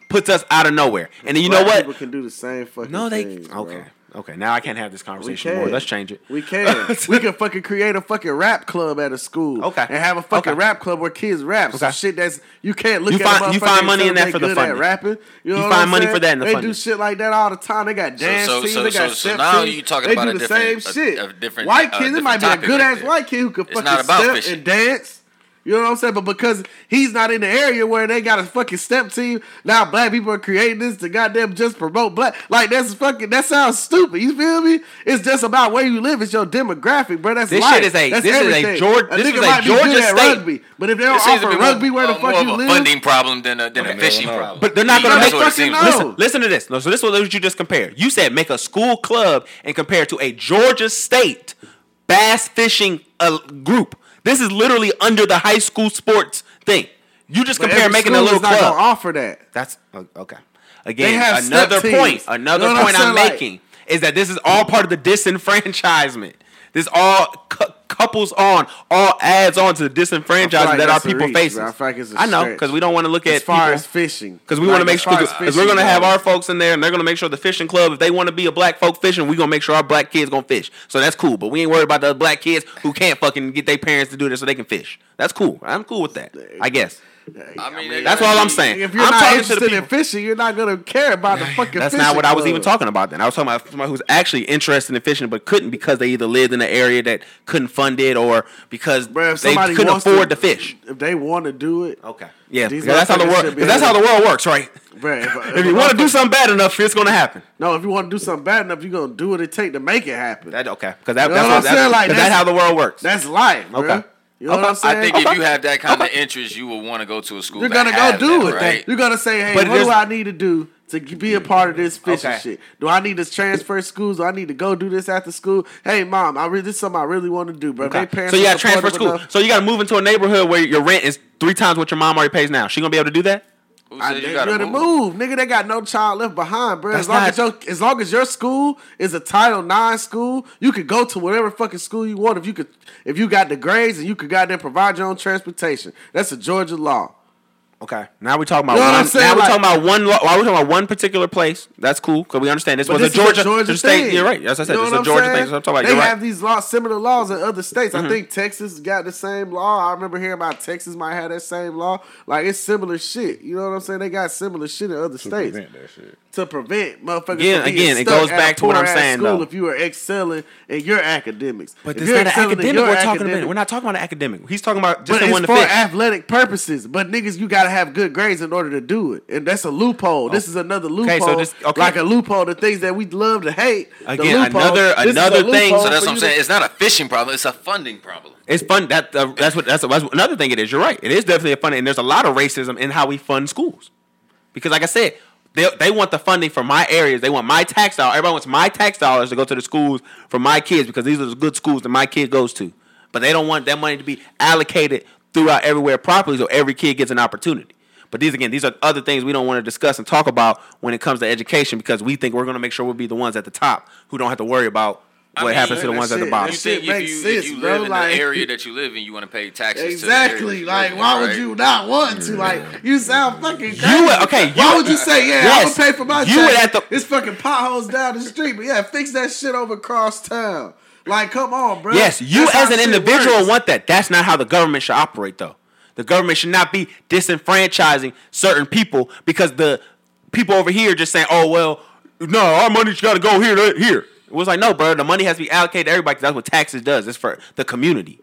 S3: puts us out of nowhere. And then you know
S2: Black
S3: what?
S2: People can do the same fucking.
S3: No, they
S2: things, bro.
S3: okay. Okay, now I can't have this
S2: We
S3: conversation
S2: can.
S3: anymore. Let's change it.
S2: We can. we can fucking create a fucking rap club at a school.
S3: Okay.
S2: And have a fucking
S3: Okay.
S2: rap club where kids rap. Some
S3: Okay.
S2: shit that's you can't look
S3: You
S2: at.
S3: find-
S2: a
S3: you
S2: motherfucker
S3: find
S2: and
S3: money
S2: tell
S3: in
S2: they
S3: that for the
S2: good at
S3: funding.
S2: rapping. You, know
S3: You
S2: what
S3: find
S2: I'm
S3: money
S2: saying?
S3: for that in the
S2: They
S3: funding.
S2: do shit like that all the time. They got dance
S5: so-
S2: teams.
S5: so-
S2: they got
S5: so- so
S2: step
S5: now
S2: teams.
S5: you talking
S2: they
S5: about
S2: do
S5: a
S2: the same
S5: different- a-
S2: shit.
S5: a different-
S2: white
S5: a
S2: kids. it might be a
S5: different
S2: good
S5: topic
S2: ass
S5: right there.
S2: white kid who could
S5: It's
S2: fucking
S5: not about
S2: step
S5: fishing.
S2: and dance. You know what I'm saying? But because he's not in the area where they got a fucking step team, now black people are creating this to goddamn just promote black. Like that's fucking that sounds stupid. You feel me? It's just about where you live. It's your demographic, bro. That's
S3: This
S2: life.
S3: shit is a-
S2: That's
S3: this is a
S2: everything.
S3: Geor- this
S2: nigga
S3: is a
S2: might be good
S3: Georgia
S2: at
S3: state.
S2: rugby, but if they don't
S5: It seems to
S2: offer
S5: be
S2: ruggy
S5: more,
S2: where the
S5: uh,
S2: fuck
S5: more
S2: you
S5: of a
S2: live,
S5: funding problem than a, than a fishing
S4: Illinois.
S5: problem.
S3: But they're not gonna
S5: That's
S3: make
S5: what it
S2: fucking
S5: seems
S2: no.
S5: like.
S3: Listen, listen to this. No, so this was what you just compared. You said make a school club and compare it to a Georgia State bass fishing uh, group. This is literally under the high school sports thing. You just
S2: But
S3: compare
S2: every
S3: making a
S2: school
S3: little
S2: is not
S3: club.
S2: gonna offer that.
S3: That's o- okay.
S2: They
S3: Again,
S2: have step
S3: another
S2: teams.
S3: point. Another
S2: You know what I'm
S3: point
S2: saying?
S3: I'm,
S2: Like-
S3: making is that this is all part of the disenfranchisement. This all co- couples on all ads on to the disenfranchised
S2: I feel like
S3: that our
S2: that's a
S3: people
S2: reach,
S3: faces.
S2: bro. I feel like it's a
S3: I know
S2: stretch.
S3: because we don't want to look at
S2: as far
S3: people-
S2: as fishing,
S3: Because we
S2: Like,
S3: want to make
S2: as
S3: sure,
S2: far as
S3: because we're
S2: fishing
S3: gonna have
S2: goes.
S3: our folks in there, and they're gonna make sure the fishing club. If they want to be a black folk fishing, we're gonna make sure our black kids gonna fish. So that's cool. But we ain't worried about the black kids who can't fucking get their parents to do this so they can fish. That's cool. I'm cool with that. I guess.
S5: I mean,
S3: That's all I'm saying.
S2: If you're
S3: I'm
S2: not
S3: talking to the
S2: interested in
S3: people.
S2: fishing, you're not gonna care about the fucking.
S3: That's
S2: fishing
S3: not what I was
S2: club.
S3: even talking about. Then I was talking about somebody who's actually interested in fishing but couldn't because they either lived in an area that couldn't fund it or because
S2: Bruh, if
S3: they
S2: somebody
S3: couldn't
S2: wants
S3: afford to, fish.
S2: If they want to do it,
S3: Okay. Yeah,
S2: These
S3: because that's how the
S2: motherfuckers
S3: world.
S2: should be
S3: Because that's how
S2: able
S3: the world works, right?
S2: Bruh, if,
S3: If you want to do something bad enough, it's gonna happen.
S2: no, if you want to do something bad enough, you're gonna do what it take to make it happen.
S3: That okay? Because that,
S2: You know
S3: that's,
S2: what I'm
S3: what, that's,
S2: saying? Like,
S3: 'cause
S2: that's-
S3: that's how the world works.
S2: That's life, bruh.
S3: Okay.
S2: You know what I'm saying?
S5: I think if you have that kind of interest, you would want to go to a school.
S2: You're
S5: that
S2: gonna go
S5: have
S2: do
S5: that,
S2: it.
S5: right?
S2: You're gonna say, "Hey,
S3: But
S2: what do
S3: there's-
S2: I need to do to be a part of this fishing
S3: Okay.
S2: shit? Do I need to transfer schools? Do I need to go do this after school? Hey, mom, I re- this is something I really want to do, bro.
S3: Okay.
S2: They parents
S3: So
S2: are
S3: you got to transfer
S2: supportive
S3: school.
S2: enough.
S3: So you got to move into a neighborhood where your rent is three times what your mom already pays now. She gonna be able to do that?
S5: Who
S2: I,
S5: said
S2: they
S5: you
S2: gotta,
S5: gotta move?
S2: move. nigga. They got no child left behind, bro.
S3: That's
S2: As long
S3: not-
S2: as your as long as your school is a Title IX school, you could go to whatever fucking school you want if you could if you got the grades and you could goddamn provide your own transportation. That's a Georgia law.
S3: Okay. Now we're talking about
S2: You know what I'm
S3: one,
S2: saying?
S3: now we're
S2: Like-
S3: talking about one. Lo- well, we're talking about one particular place. That's cool because we understand this
S2: But
S3: was
S2: this
S3: a Georgia,
S2: is a Georgia
S3: state.
S2: thing.
S3: You're right. As I said,
S2: You know
S3: it's
S2: what
S3: a
S2: I'm
S3: Georgia
S2: saying?
S3: thing. That's what I'm talking about.
S2: They
S3: You're
S2: have
S3: right. Mm-hmm.
S2: these laws, similar laws in other states. I think Texas got the same law. I remember hearing about Texas might have that same law. Like it's similar shit. You know what I'm saying? They got similar shit in other states
S4: Prevent that shit.
S2: to prevent motherfuckers.
S3: Again,
S2: from being
S3: again, it
S2: stuck
S3: goes
S2: at
S3: back
S2: a
S3: to what I'm
S2: poor-ass
S3: saying,
S2: School
S3: though.
S2: if you are excelling in your academics,
S3: But
S2: If
S3: this
S2: you're
S3: not an
S2: excelling in
S3: academic
S2: your
S3: we're talking
S2: academic-
S3: about. We're not talking about an academic. He's talking about just
S2: But
S3: the one
S2: it's
S3: to
S2: for
S3: fit.
S2: athletic purposes. But niggas, you gotta have good grades in order to do it, and that's a loophole. This is another loophole,
S3: this- Oh. okay.
S2: like a loophole. The things that we love to hate.
S3: Again,
S2: the loophole,
S3: another-
S2: this is a
S3: another thing.
S2: loophole
S5: So that's
S2: for
S5: what I'm
S2: you
S5: saying. It's not a fishing problem. It's a funding problem.
S3: It's fun. That uh, that's what that's, that's another thing. It is. You're right. It is definitely a fun, and there's a lot of racism in how we fund schools. Because, like I said, they they want the funding for my areas. They want my tax dollars. Everybody wants my tax dollars to go to the schools for my kids because these are the good schools that my kid goes to. But they don't want that money to be allocated throughout everywhere properly, so every kid gets an opportunity. But these again, these are other things we don't want to discuss and talk about when it comes to education because we think we're going to make sure we'll be the ones at the top who don't have to worry about what
S5: mean,
S3: happens to the
S2: that's
S3: ones at the
S2: it.
S3: bottom.
S5: You
S2: That
S5: think
S2: shit
S5: if
S2: makes
S5: you, if
S2: sense,
S5: you
S2: bro,
S5: live in
S2: like-
S5: the area that you live in, you want to pay taxes. To the
S2: Exactly.
S5: area
S2: Like,
S5: you live in,
S2: why would
S5: right?
S2: you not want to? Like, you sound fucking crazy.
S3: You would- okay,
S2: why
S3: you-
S2: would you say, yeah,
S3: Yes.
S2: I'm gonna pay for my
S3: You
S2: taxes.
S3: would at the-
S2: It's fucking potholes down the street, but yeah, fix that shit over across town. Like, come on, bro.
S3: Yes, you
S2: That's how
S3: as an
S2: shit
S3: individual
S2: works.
S3: want that. That's not how the government should operate, though. The government should not be disenfranchising certain people because the people over here just saying, "Oh well, no, our money's got to go here, to- here." It was like, no, bro, the money has to be allocated to everybody. 'cause that's what taxes does. It's for the community.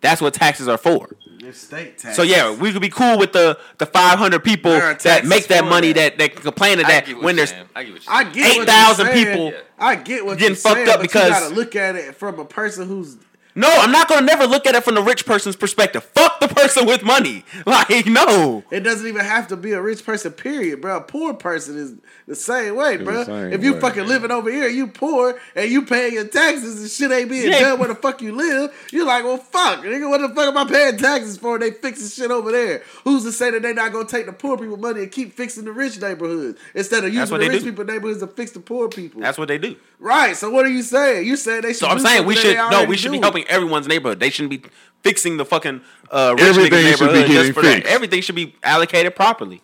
S3: That's what taxes are for.
S2: It's state tax.
S3: So yeah, we could be cool with the the five hundred people
S2: There are
S3: that
S2: taxes
S3: make that
S2: for
S3: money
S2: that.
S3: that that, complain of
S5: I
S3: that
S5: get what
S3: when
S5: you're
S3: there's
S5: saying. I get what you're
S2: I
S5: saying.
S2: get what you're
S3: 8,000
S2: saying.
S3: people
S2: I get what
S3: getting
S2: you're
S3: fucked
S2: saying,
S3: up
S2: but
S3: because-
S2: you gotta look at it from a person who's
S3: no, I'm not gonna never look at it from the rich person's perspective. Fuck the person with money. Like no.
S2: It doesn't even have to be a rich person, period, bro. A poor person is the same way, bro.
S4: same
S2: if you
S4: way,
S2: fucking
S4: yeah.
S2: living over here, you poor and you paying your taxes and shit ain't being
S3: Yeah.
S2: done where the fuck you live, you're like, well, fuck, nigga, what the fuck am I paying taxes for? They fixing shit over there. Who's to say that they not gonna take the poor people money and keep fixing the rich neighborhoods instead of using
S3: what
S2: the
S3: they
S2: rich
S3: do.
S2: people neighborhoods to fix the poor people?
S3: That's what they do.
S2: right. So what are you saying? You saying they should?
S3: So I'm
S2: do
S3: saying we
S2: something
S3: should
S2: that they
S3: no, we
S2: already
S3: should be
S2: do.
S3: helping everyone's neighborhood. They shouldn't be fixing the fucking uh, rich nigga
S4: Everything should be
S3: neighborhood just
S4: getting
S3: for that.
S4: fixed.
S3: Everything should be allocated properly.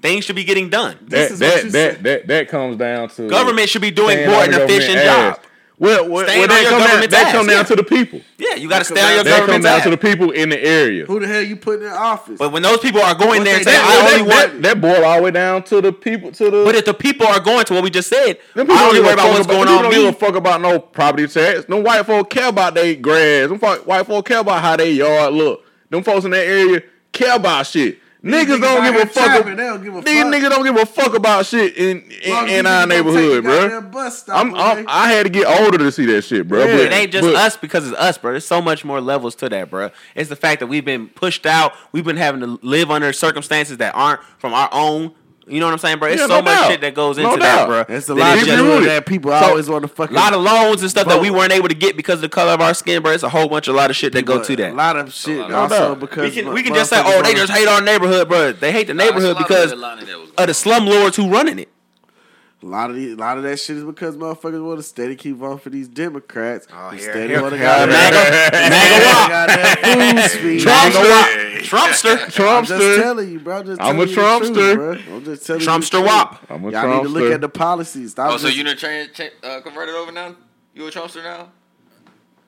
S3: Things should be getting done.
S2: This
S4: That
S2: is what you
S4: that
S2: said.
S4: that, that that comes down to
S3: Government should be doing
S4: staying
S3: more
S4: on the government
S3: efficient
S4: ass.
S3: job.
S4: Well, well,
S3: Staying
S4: well
S3: on
S4: that
S3: your
S4: come down,
S3: government's
S4: that come
S3: ass,
S4: down
S3: yeah.
S4: to the people.
S3: Yeah, you got to stay on your
S4: That come
S3: government's
S4: down
S3: ass.
S4: to the people in the area.
S2: Who the hell you putting in office?
S3: But when those people are going
S2: What
S3: there and
S2: they
S3: saying,
S2: do-
S3: "I
S2: they-
S3: only
S2: they-
S3: want,"
S4: that, that boil all the way down to the people to the.
S3: but if the people are going to what we just said, I
S4: Them people
S3: only
S4: give
S3: worry
S4: a
S3: about
S4: fuck
S3: what's going
S4: them people
S3: on.
S4: Don't
S3: with
S4: give
S3: me.
S4: a fuck about no property tax. Them white folk care about they grass. Them fo- white folk care about how they yard look. Them folks in that area care about shit. Niggas
S2: niggas out
S4: don't give
S2: here
S4: a fuck.
S2: trapping,
S4: ab-
S2: they don't give a
S4: These
S2: fuck.
S4: niggas don't give a fuck about shit in in,
S2: Fuck,
S4: in
S2: you
S4: our
S2: niggas gonna take
S4: neighborhood,
S2: the
S4: bro.
S2: goddamn bus stop,
S4: I'm,
S2: okay?
S4: I'm I had to get older to see that shit, bro.
S2: Yeah,
S4: but,
S3: It ain't just
S4: but
S3: us because it's us, bro. There's so much more levels to that, bro. It's the fact that we've been pushed out. We've been having to live under circumstances that aren't from our own. You know what I'm saying, bro? It's
S4: Yeah,
S3: so
S4: no
S3: much
S4: doubt.
S3: shit that goes
S4: No
S3: into
S4: doubt.
S3: that, bro.
S2: It's a
S3: That
S2: lot
S3: is
S2: of
S4: Keep it
S3: just-
S2: shit
S4: rooted.
S2: that people
S3: So,
S2: always want to
S3: a
S2: fucking.
S3: lot of loans and stuff that we
S2: Vote.
S3: weren't able to get because of the color of our skin, bro. It's a whole bunch, a lot of shit that go to
S2: A
S3: that.
S2: lot of shit
S5: lot.
S2: also
S4: No doubt.
S2: because
S3: We can, we can just say, oh, they just hate our neighborhood, bro. They hate the
S5: Nah, it's a
S3: neighborhood
S5: lot of
S3: because
S5: red lining that was
S3: of the
S5: going on.
S3: slumlords who running it.
S2: A lot of these, a lot of that shit is because motherfuckers want to steady keep voting for these Democrats.
S5: Oh,
S2: who
S5: here-
S2: steady
S5: here-
S2: want to
S3: here-
S2: goddamn goddamn food speed.
S4: Trump-
S2: I'm
S3: Trumpster.
S2: just
S4: Trumpster.
S2: telling you, bro. I'm just
S4: I'm
S2: telling
S4: a
S2: you the truth,
S4: Trumpster.
S2: bro. I'm just telling you.
S3: Trumpster
S2: the
S3: wop.
S2: truth.
S4: I'm a
S2: Y'all need to look
S4: Trumpster.
S2: at the policies. Stop
S5: Oh, so
S2: just-
S5: you done tra- cha- uh, converted over now? You a Trumpster now?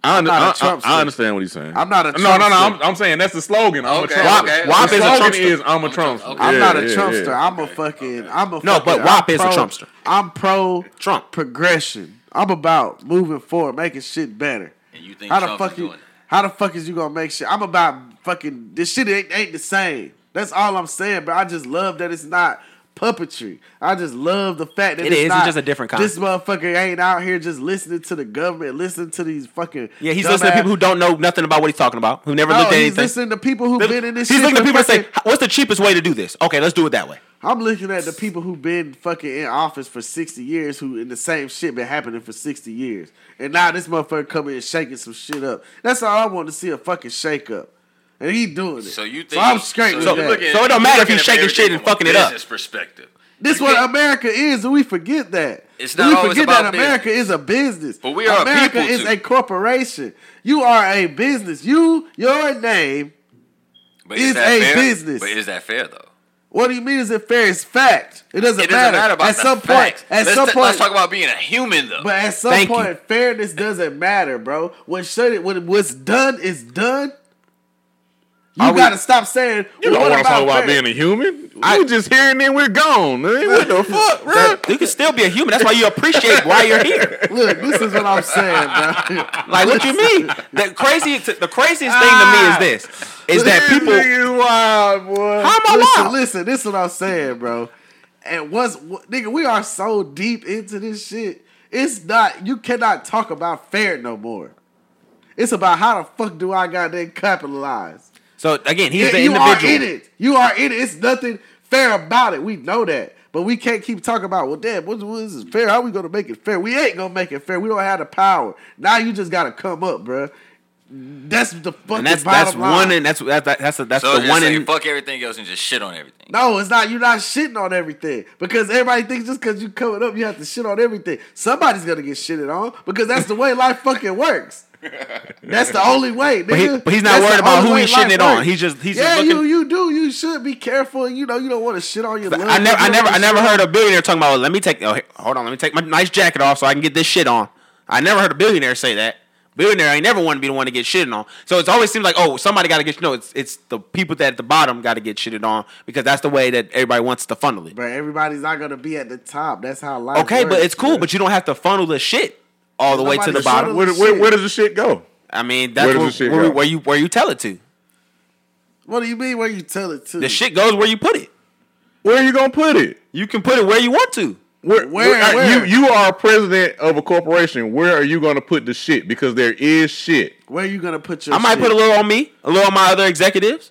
S4: I,
S2: not a
S4: I, I,
S2: Trump
S4: I
S2: fan.
S4: understand what he's saying.
S2: I'm not a
S4: no, no, no.
S2: Trumpster.
S4: I'm, I'm saying that's the slogan. I'm
S5: Okay,
S4: a Trump.
S5: okay.
S4: WAP
S3: WAP
S4: the
S3: is a
S4: slogan
S3: Trumpster.
S4: is I'm a Trump.
S5: Trump- okay.
S2: I'm not a
S4: yeah,
S2: Trumpster.
S4: yeah.
S2: I'm a fucking. I'm a.
S3: No, but
S2: fucking-
S3: WAP
S2: I'm
S3: is a
S2: pro-
S3: Trumpster.
S2: I'm pro
S3: Trump.
S2: progression. I'm about moving forward, making shit better.
S5: And you think
S2: How the
S5: Trump's
S2: fuck you?
S5: doing it?
S2: How the fuck is you gonna make shit? I'm about fucking. This shit ain't, ain't the same. That's all I'm saying. But I just love that it's not puppetry. I just love the fact that
S3: It
S2: it's
S3: is. It's
S2: not-
S3: just a different kind.
S2: This motherfucker ain't out here just listening to the government, listening to these fucking.
S3: Yeah, he's listening
S2: dumbass-
S3: to people who don't know nothing about what he's talking about, who never
S2: No,
S3: looked at
S2: he's
S3: anything.
S2: listening to people who've been in this.
S3: he's
S2: shit
S3: looking at
S2: for
S3: people and
S2: fucking-
S3: say, "What's the cheapest way to do this?" Okay, let's do it that way.
S2: I'm looking at the people who've been fucking in office for 60 years who in the same shit been happening for 60 years. And now this motherfucker coming and shaking some shit up. That's all I want to see a fucking shake up. And he doing it.
S5: So you think?
S2: so I'm straight with
S5: you
S2: that.
S5: looking-
S3: So it don't matter if
S5: looking
S3: you
S5: at
S3: shaking
S5: everything
S3: shit and
S5: from a
S3: fucking it up.
S5: Business perspective.
S2: this
S5: You
S2: what
S5: can't-
S2: America is, and we forget that.
S5: It's not
S2: we
S5: always
S2: forget
S5: about
S2: that America is a business.
S5: But we are a
S2: America
S5: people,
S2: is
S5: too.
S2: a corporation. You are a business. You, your name.
S5: But
S2: is
S5: that
S2: a
S5: fair?
S2: business.
S5: But is that fair though?
S2: What do you mean? Is it fair? It's fact. It doesn't,
S5: It doesn't matter about
S2: at
S5: the
S2: some
S5: facts.
S2: point. At
S5: let's
S2: some
S5: ta-
S2: point,
S5: let's talk about being a human though.
S2: But at some
S3: Thank
S2: point,
S3: you.
S2: fairness doesn't matter, bro. When shit, when what's done is done, you
S3: Are we-
S2: gotta stop saying.
S4: You
S2: "Well,
S4: don't want
S2: what
S4: to talk about
S2: fairness?"
S4: being a human. I just here and then we're gone. Man, what the fuck, bro?
S3: You can still be a human. That's why you appreciate why you're here.
S2: Look, this is what I'm saying, bro.
S3: Like, what you mean? The craziest, the craziest thing to me is this: is that
S4: This
S3: people.
S4: nigga is wild, boy.
S3: How am I
S2: listen,
S3: wild?
S2: listen, this is what I'm saying, bro. And once, wh- nigga, we are so deep into this shit. It's not, you cannot talk about fair no more. It's about how the fuck do I goddamn capitalize.
S3: So again, he's
S2: Yeah,
S3: the
S2: you
S3: individual.
S2: are in it. You are in it. It's nothing fair about it. We know that. But we can't keep talking about, well, damn, what, what is this fair? How we going to make it fair? We ain't going to make it fair. We don't have the power. Now you just got to come up, bruh. That's the fucking
S3: and that's
S2: bottom
S3: that's
S2: line.
S3: one and that's that's that's that's, that's
S5: so
S3: the
S5: just
S3: one
S5: say,
S3: in
S5: fuck everything else and just shit on everything.
S2: No, it's not. You're not shitting on everything because everybody thinks just because you coming up, you have to shit on everything. Somebody's gonna get shitted on because that's the way life fucking works. That's the only way, nigga.
S3: But he- but he's not
S2: That's
S3: worried
S2: the
S3: about
S2: only
S3: who
S2: way
S3: he's
S2: life
S3: shitting it on.
S2: works.
S3: He's just- he's just
S2: yeah. you
S3: looking-
S2: you do. You should be careful. and You know you don't want to shit on your.
S3: I never, I never, I never heard a billionaire talking about. Let me take. Oh, here- hold on. Let me take my nice jacket off so I can get this shit on. I never heard a billionaire say that. Billionaire ain't never want to be the one to get shitted on. So it's always seems like oh somebody got to get. No, it's it's the people that at the bottom got to get shitted on because that's the way that everybody wants to funnel it.
S2: But everybody's not gonna be at the top. That's how life.
S3: Okay, but
S2: works,
S3: it's cool.
S2: bruh.
S3: But you don't have to funnel the shit all the way to the
S2: Nobody's
S3: bottom.
S2: funneling-
S4: Where, where, where does the shit go?
S3: I mean, that's
S4: Where does
S3: where,
S4: the shit
S3: where-
S4: go?
S3: where you where you tell it to.
S2: what do you mean? Where you tell it to?
S3: The shit goes where you put it.
S4: Where are you gonna put it?
S3: You can put it where you want to.
S4: Where,
S2: Where-
S4: where-
S2: where?
S4: you you are a president of a corporation. Where are you gonna put the shit? Because there is shit.
S2: Where you gonna put your?
S3: I might
S2: shit?
S3: put a little on me, a little on my other executives.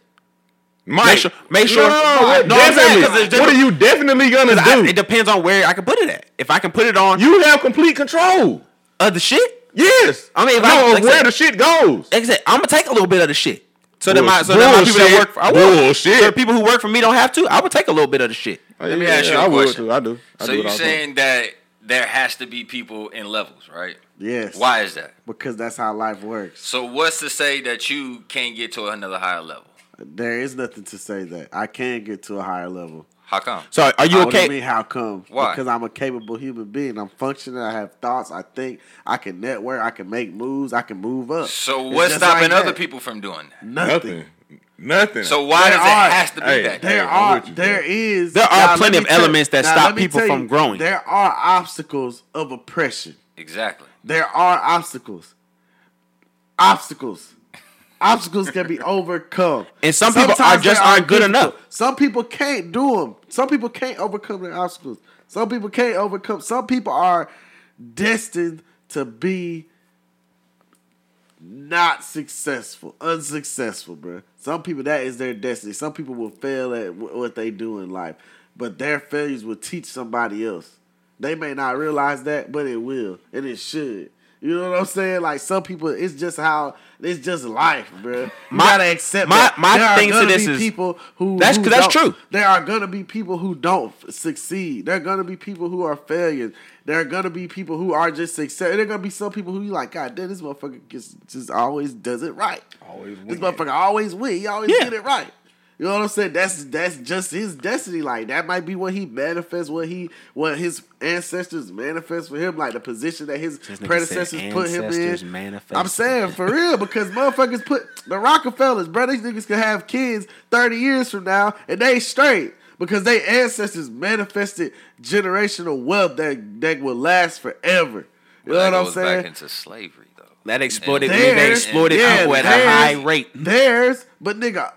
S4: Mike,
S3: Make sure- make sure-
S4: No, no, no,
S3: No, I'm saying, 'cause it's
S4: definitely.
S3: just-
S4: What are you definitely gonna do?
S3: I- it depends on where I can put it at. If I can put it on
S4: you have complete control.
S3: of the shit,
S4: Yes,
S3: I mean, if
S4: no,
S3: I- like I
S4: of where
S3: said-
S4: the shit goes.
S3: Exactly. I'm gonna take a little bit of the shit. So that my so that my people that
S4: Bullshit.
S3: work for I will.
S4: Bullshit.
S3: So the people who work for me don't have to. I would take a little bit of the shit.
S5: Let me ask you a
S4: I would
S5: question.
S4: too. I do. I
S5: so
S4: do it
S5: you
S4: all the time.
S5: saying that there has to be people in levels, right?
S2: Yes.
S5: Why is that?
S2: Because that's how life works.
S5: So what's to say that you can't get to another higher level?
S2: There is nothing to say that I can get to a higher level.
S5: How come?
S3: So are you
S2: What do you
S3: okay?
S2: mean? How come?
S5: Why?
S2: Because I'm a capable human being. I'm functioning. I have thoughts. I think. I can network. I can make moves. I can move up.
S5: So
S2: It's
S5: what's
S2: just
S5: stopping
S2: like
S5: other
S2: that.
S5: people from doing that?
S2: Nothing.
S4: Nothing. Nothing.
S5: So why
S2: There
S5: does
S2: are-
S5: it has to be
S4: hey,
S5: that?
S2: There
S4: I'm
S2: are
S4: with you,
S2: there
S4: bro.
S2: is
S3: There are
S2: let
S3: plenty
S2: me
S3: of elements that
S2: let
S3: stop
S2: me
S3: people
S2: tell
S3: from growing.
S2: There are obstacles of oppression.
S5: Exactly.
S2: There are obstacles. Obstacles. Obstacles can be overcome.
S3: And some people are
S2: Sometimes
S3: just
S2: they
S3: aren't good enough.
S2: Some people can't do them. Some people can't overcome their obstacles. Some people can't overcome. Some people are destined to be not successful, unsuccessful, bro. Some people that is their destiny. Some people will fail at wh- what they do in life, but their failures will teach somebody else. They may not realize that, but it will, and it should. You know what I'm saying? Like some people, it's just how it's just life, bro. You
S3: My-
S2: gotta accept
S3: my-
S2: that.
S3: my
S2: there
S3: thing
S2: are
S3: to
S2: gonna
S3: this
S2: be
S3: is-
S2: people who
S3: That's-
S2: who
S3: 'cause that's
S2: don't-
S3: true.
S2: There are gonna be people who don't f- succeed. There are gonna be people who are failures. There are gonna be people who are just success. There are gonna be some people who you like. God damn, this motherfucker just, just always does it right.
S4: Always
S2: this
S4: win.
S2: motherfucker always win. He always
S3: Yeah.
S2: get it right. You know what I'm saying? That's that's just his destiny. Like that might be what he manifests, what he what his ancestors manifest for him, like the position that his
S3: This nigga
S2: predecessors
S3: said
S2: put him
S3: ancestors
S2: in.
S3: manifest.
S2: I'm saying for real because motherfuckers put the Rockefellers, bro. These niggas could have kids 30 years from now and they straight because they ancestors manifested generational wealth that that will last forever. You know
S5: that
S2: what I'm
S5: goes
S2: saying?
S5: back into slavery though.
S3: That exploited.
S5: And-
S3: They, they
S2: Theirs-
S3: exploited
S2: yeah,
S3: people at a
S2: theirs-
S3: high rate.
S2: Theirs, but nigga,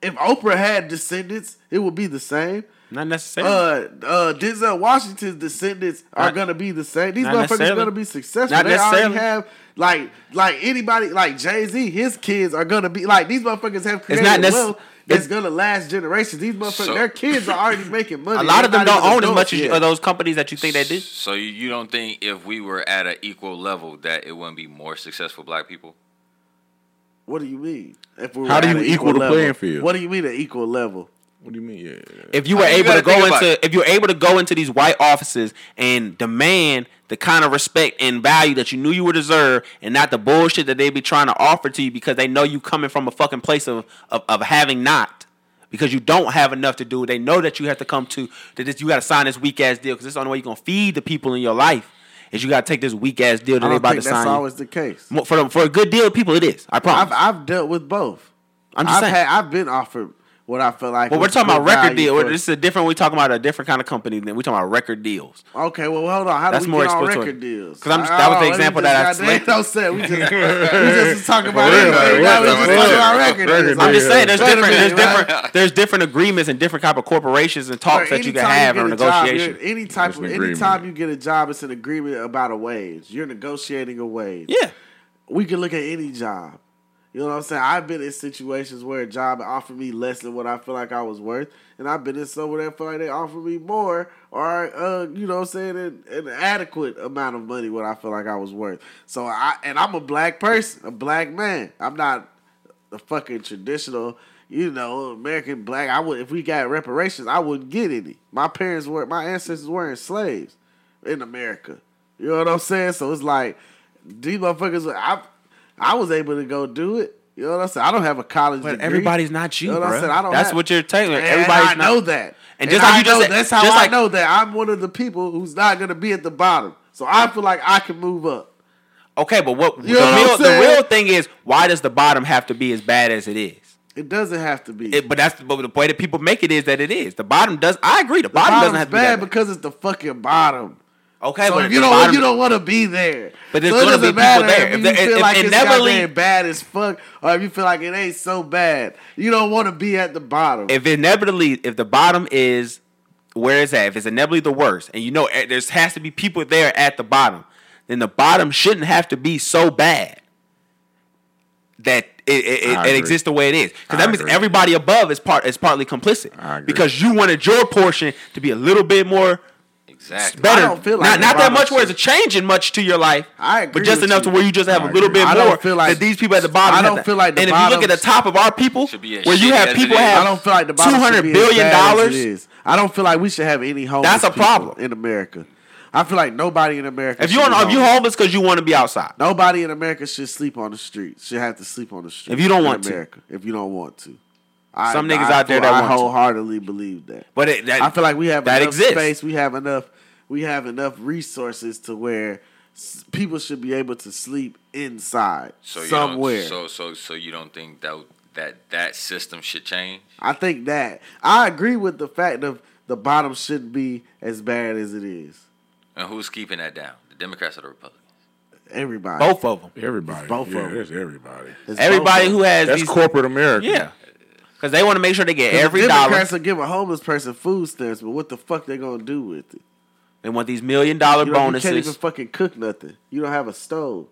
S2: if Oprah had descendants, it would be the same.
S3: Not necessarily.
S2: Uh, uh, Denzel Washington's descendants are
S3: Not-
S2: gonna be the same. These
S3: not
S2: motherfuckers
S3: necessarily.
S2: gonna be successful.
S3: Not
S2: they already
S3: necessarily.
S2: have like like anybody like Jay Z. His kids are gonna be like these motherfuckers have created
S3: not necess-
S2: wealth that's
S3: it's-
S2: gonna last generations. These motherfuckers,
S5: So-
S2: their kids are already making money.
S3: a lot of them
S2: They're not
S3: don't
S2: even
S3: own as
S2: adults
S3: much as you,
S2: yet.
S3: of those companies that you think they do.
S5: So you, you don't think if we were at an equal level that it wouldn't be more successful black people?
S2: What do you mean? If we're
S4: How do
S2: at
S4: you
S2: an
S4: equal the
S2: level.
S4: playing field?
S2: What do you mean an equal level?
S4: What do you mean? Yeah.
S3: If you were
S5: mean, you
S3: able to
S5: gotta think
S3: go
S5: about
S3: into, if you were able to go into these white offices and demand the kind of respect and value that you knew you would deserve, and not the bullshit that they be trying to offer to you because they know you coming from a fucking place of of, of having not. Because you don't have enough to do, they know that you have to come to that. This, you got to sign this weak ass deal because this is the only way you're gonna feed the people in your life. Is you got to take this weak ass deal that
S2: I
S3: they
S2: don't
S3: about to
S2: think
S3: sign.
S2: that's
S3: you.
S2: always the case.
S3: Mo- for for a good deal, people, it is. I promise.
S2: I've I've dealt with both.
S3: I'm just
S2: I've
S3: saying.
S2: Had, I've been offered what I felt like.
S3: But we're
S2: was
S3: talking
S2: good
S3: about record
S2: value
S3: deal.
S2: for-
S3: This is a different. We're talking about a different kind of company. Than we're talking about record deals.
S2: Okay, well, hold on. How
S3: That's
S2: do we
S3: more
S2: get on
S3: exploratory.
S2: record deals? Oh,
S3: 'Cause I'm- that was the
S2: let me
S3: example
S2: just-
S3: that I
S2: goddamn,
S3: selected.
S2: don't say. We just, we just was talking about
S4: For real,
S2: everything.
S4: like,
S2: Now we
S4: what
S2: just
S4: the
S2: talking
S4: fuck?
S2: about record
S4: Record
S2: deals.
S3: I'm just saying, there's
S2: Wait a
S3: different, there's
S2: minute, right?
S3: different, there's different agreements and different type of corporations and talks that you can
S2: Anytime
S3: have
S2: get
S3: or
S2: a job, you're-
S3: negotiation.
S2: any type
S4: It's
S2: of
S4: an
S2: anytime
S4: agreement.
S2: you get a job, it's an agreement about a wage. You're negotiating a wage.
S3: Yeah,
S2: we can look at any job. You know what I'm saying? I've been in situations where a job offered me less than what I feel like I was worth, and I've been in somewhere that feel like they offered me more or uh, you know what I'm saying, an, an adequate amount of money what I feel like I was worth. So I and I'm a black person, a black man. I'm not the fucking traditional, you know, American black. I would if we got reparations, I wouldn't get any. My parents were my ancestors were slaves in America. You know what I'm saying? So it's like these motherfuckers. I I was able to go do it. You know what I'm saying? I don't have a college
S3: but
S2: degree.
S3: everybody's not you,
S2: You know what I'm
S3: bro.
S2: saying? I don't
S3: That's
S2: have-
S3: what you're telling.
S2: And
S3: everybody's
S2: I
S3: not.
S2: know that.
S3: And just like
S2: I
S3: you just
S2: know,
S3: said-
S2: that's how
S3: just
S2: I
S3: like-
S2: know that I'm one of the people who's not gonna be at the bottom. So I feel like I can move up.
S3: Okay, but what,
S2: You know
S3: the,
S2: what I'm
S3: real, the
S2: saying?
S3: real thing is, why does the bottom have to be as bad as it is?
S2: It doesn't have to be.
S3: It, but that's but the way that people make it is that it is. The bottom does. I agree. The,
S2: the
S3: bottom doesn't
S2: bottom's
S3: have to
S2: bad
S3: be that bad.
S2: because it's the fucking bottom.
S3: Okay,
S2: So
S3: but
S2: if you
S3: the
S2: don't,
S3: bottom-
S2: you don't want to be there.
S3: But there's
S2: so it
S3: gonna
S2: doesn't
S3: be people
S2: matter
S3: there.
S2: If
S3: If
S2: you
S3: there-
S2: feel
S3: if-
S2: like
S3: if
S2: it's
S3: inevitably-
S2: goddamn bad as fuck, or if you feel like it ain't so bad, you don't want to be at the bottom.
S3: if inevitably if the bottom is where it's at, if it's inevitably the worst, and you know eh, there's has to be people there at the bottom, then the bottom shouldn't have to be so bad that it, it,
S4: I
S3: it, it
S4: agree.
S3: exists the way it is. Because
S4: I
S3: that means
S4: agree.
S3: everybody above is part is partly complicit.
S4: I agree.
S3: Because you wanted your portion to be a little bit more
S5: Exactly.
S3: better.
S2: I don't feel like
S3: not
S2: the
S3: not that
S2: bottom
S3: much where
S2: should-
S3: it's changing much to your life.
S2: I agree
S3: But just
S2: with
S3: enough
S2: you.
S3: to where you just have a
S4: I
S3: little
S4: agree.
S3: bit
S2: I
S3: more
S2: don't feel like-
S3: that these people at the bottom.
S2: I
S3: have
S2: don't
S3: to-
S2: feel like the
S3: And if you look at the
S2: bottoms-
S3: top of our people,
S5: Should be as
S3: where you
S5: shitty
S3: have
S5: as
S3: people
S5: it is.
S3: have
S2: I don't feel like the bottom
S3: two
S2: should
S3: hundred
S2: be as
S3: billion
S2: bad as
S3: dollars.
S2: it is. I don't feel like we should have any homeless.
S3: That's a
S2: people
S3: problem.
S2: in America. I feel like nobody in America.
S3: If you
S2: should
S3: want,
S2: be
S3: if you
S2: homeless.
S3: homeless because you want to be outside,
S2: nobody in America should sleep on the street. Should have to sleep on the street.
S3: If you don't
S2: in
S3: want to.
S2: America, if you don't want to. I-
S3: Some niggas
S2: I
S3: out there
S2: feel-
S3: that
S2: I
S3: want to.
S2: wholeheartedly believe that.
S3: but it, that,
S2: I feel like we have
S3: that
S2: enough
S3: exists.
S2: space. We have enough. We have enough resources to where s- people should be able to sleep inside
S5: So you don't-
S2: somewhere.
S5: So so so you don't think that that that system should change?
S2: I think that I agree with the fact of the bottom shouldn't be as bad as it is.
S5: And who's keeping that down? The Democrats or the Republicans?
S2: Everybody,
S3: Both of them.
S4: Everybody.
S2: Both
S4: yeah,
S2: of 'em.
S4: That's everybody.
S2: It's
S3: Everybody
S2: both of
S3: who has
S4: That's
S3: these,
S4: corporate America.
S3: yeah, because they want to make sure they get
S2: 'Cause
S3: every
S2: the
S3: dollar.
S2: Democrats will give a homeless person food stamps, but what the fuck they gonna do with it?
S3: They want these million dollar
S2: You, know, you can't even
S3: bonuses.
S2: fucking cook nothing. You don't have a stove.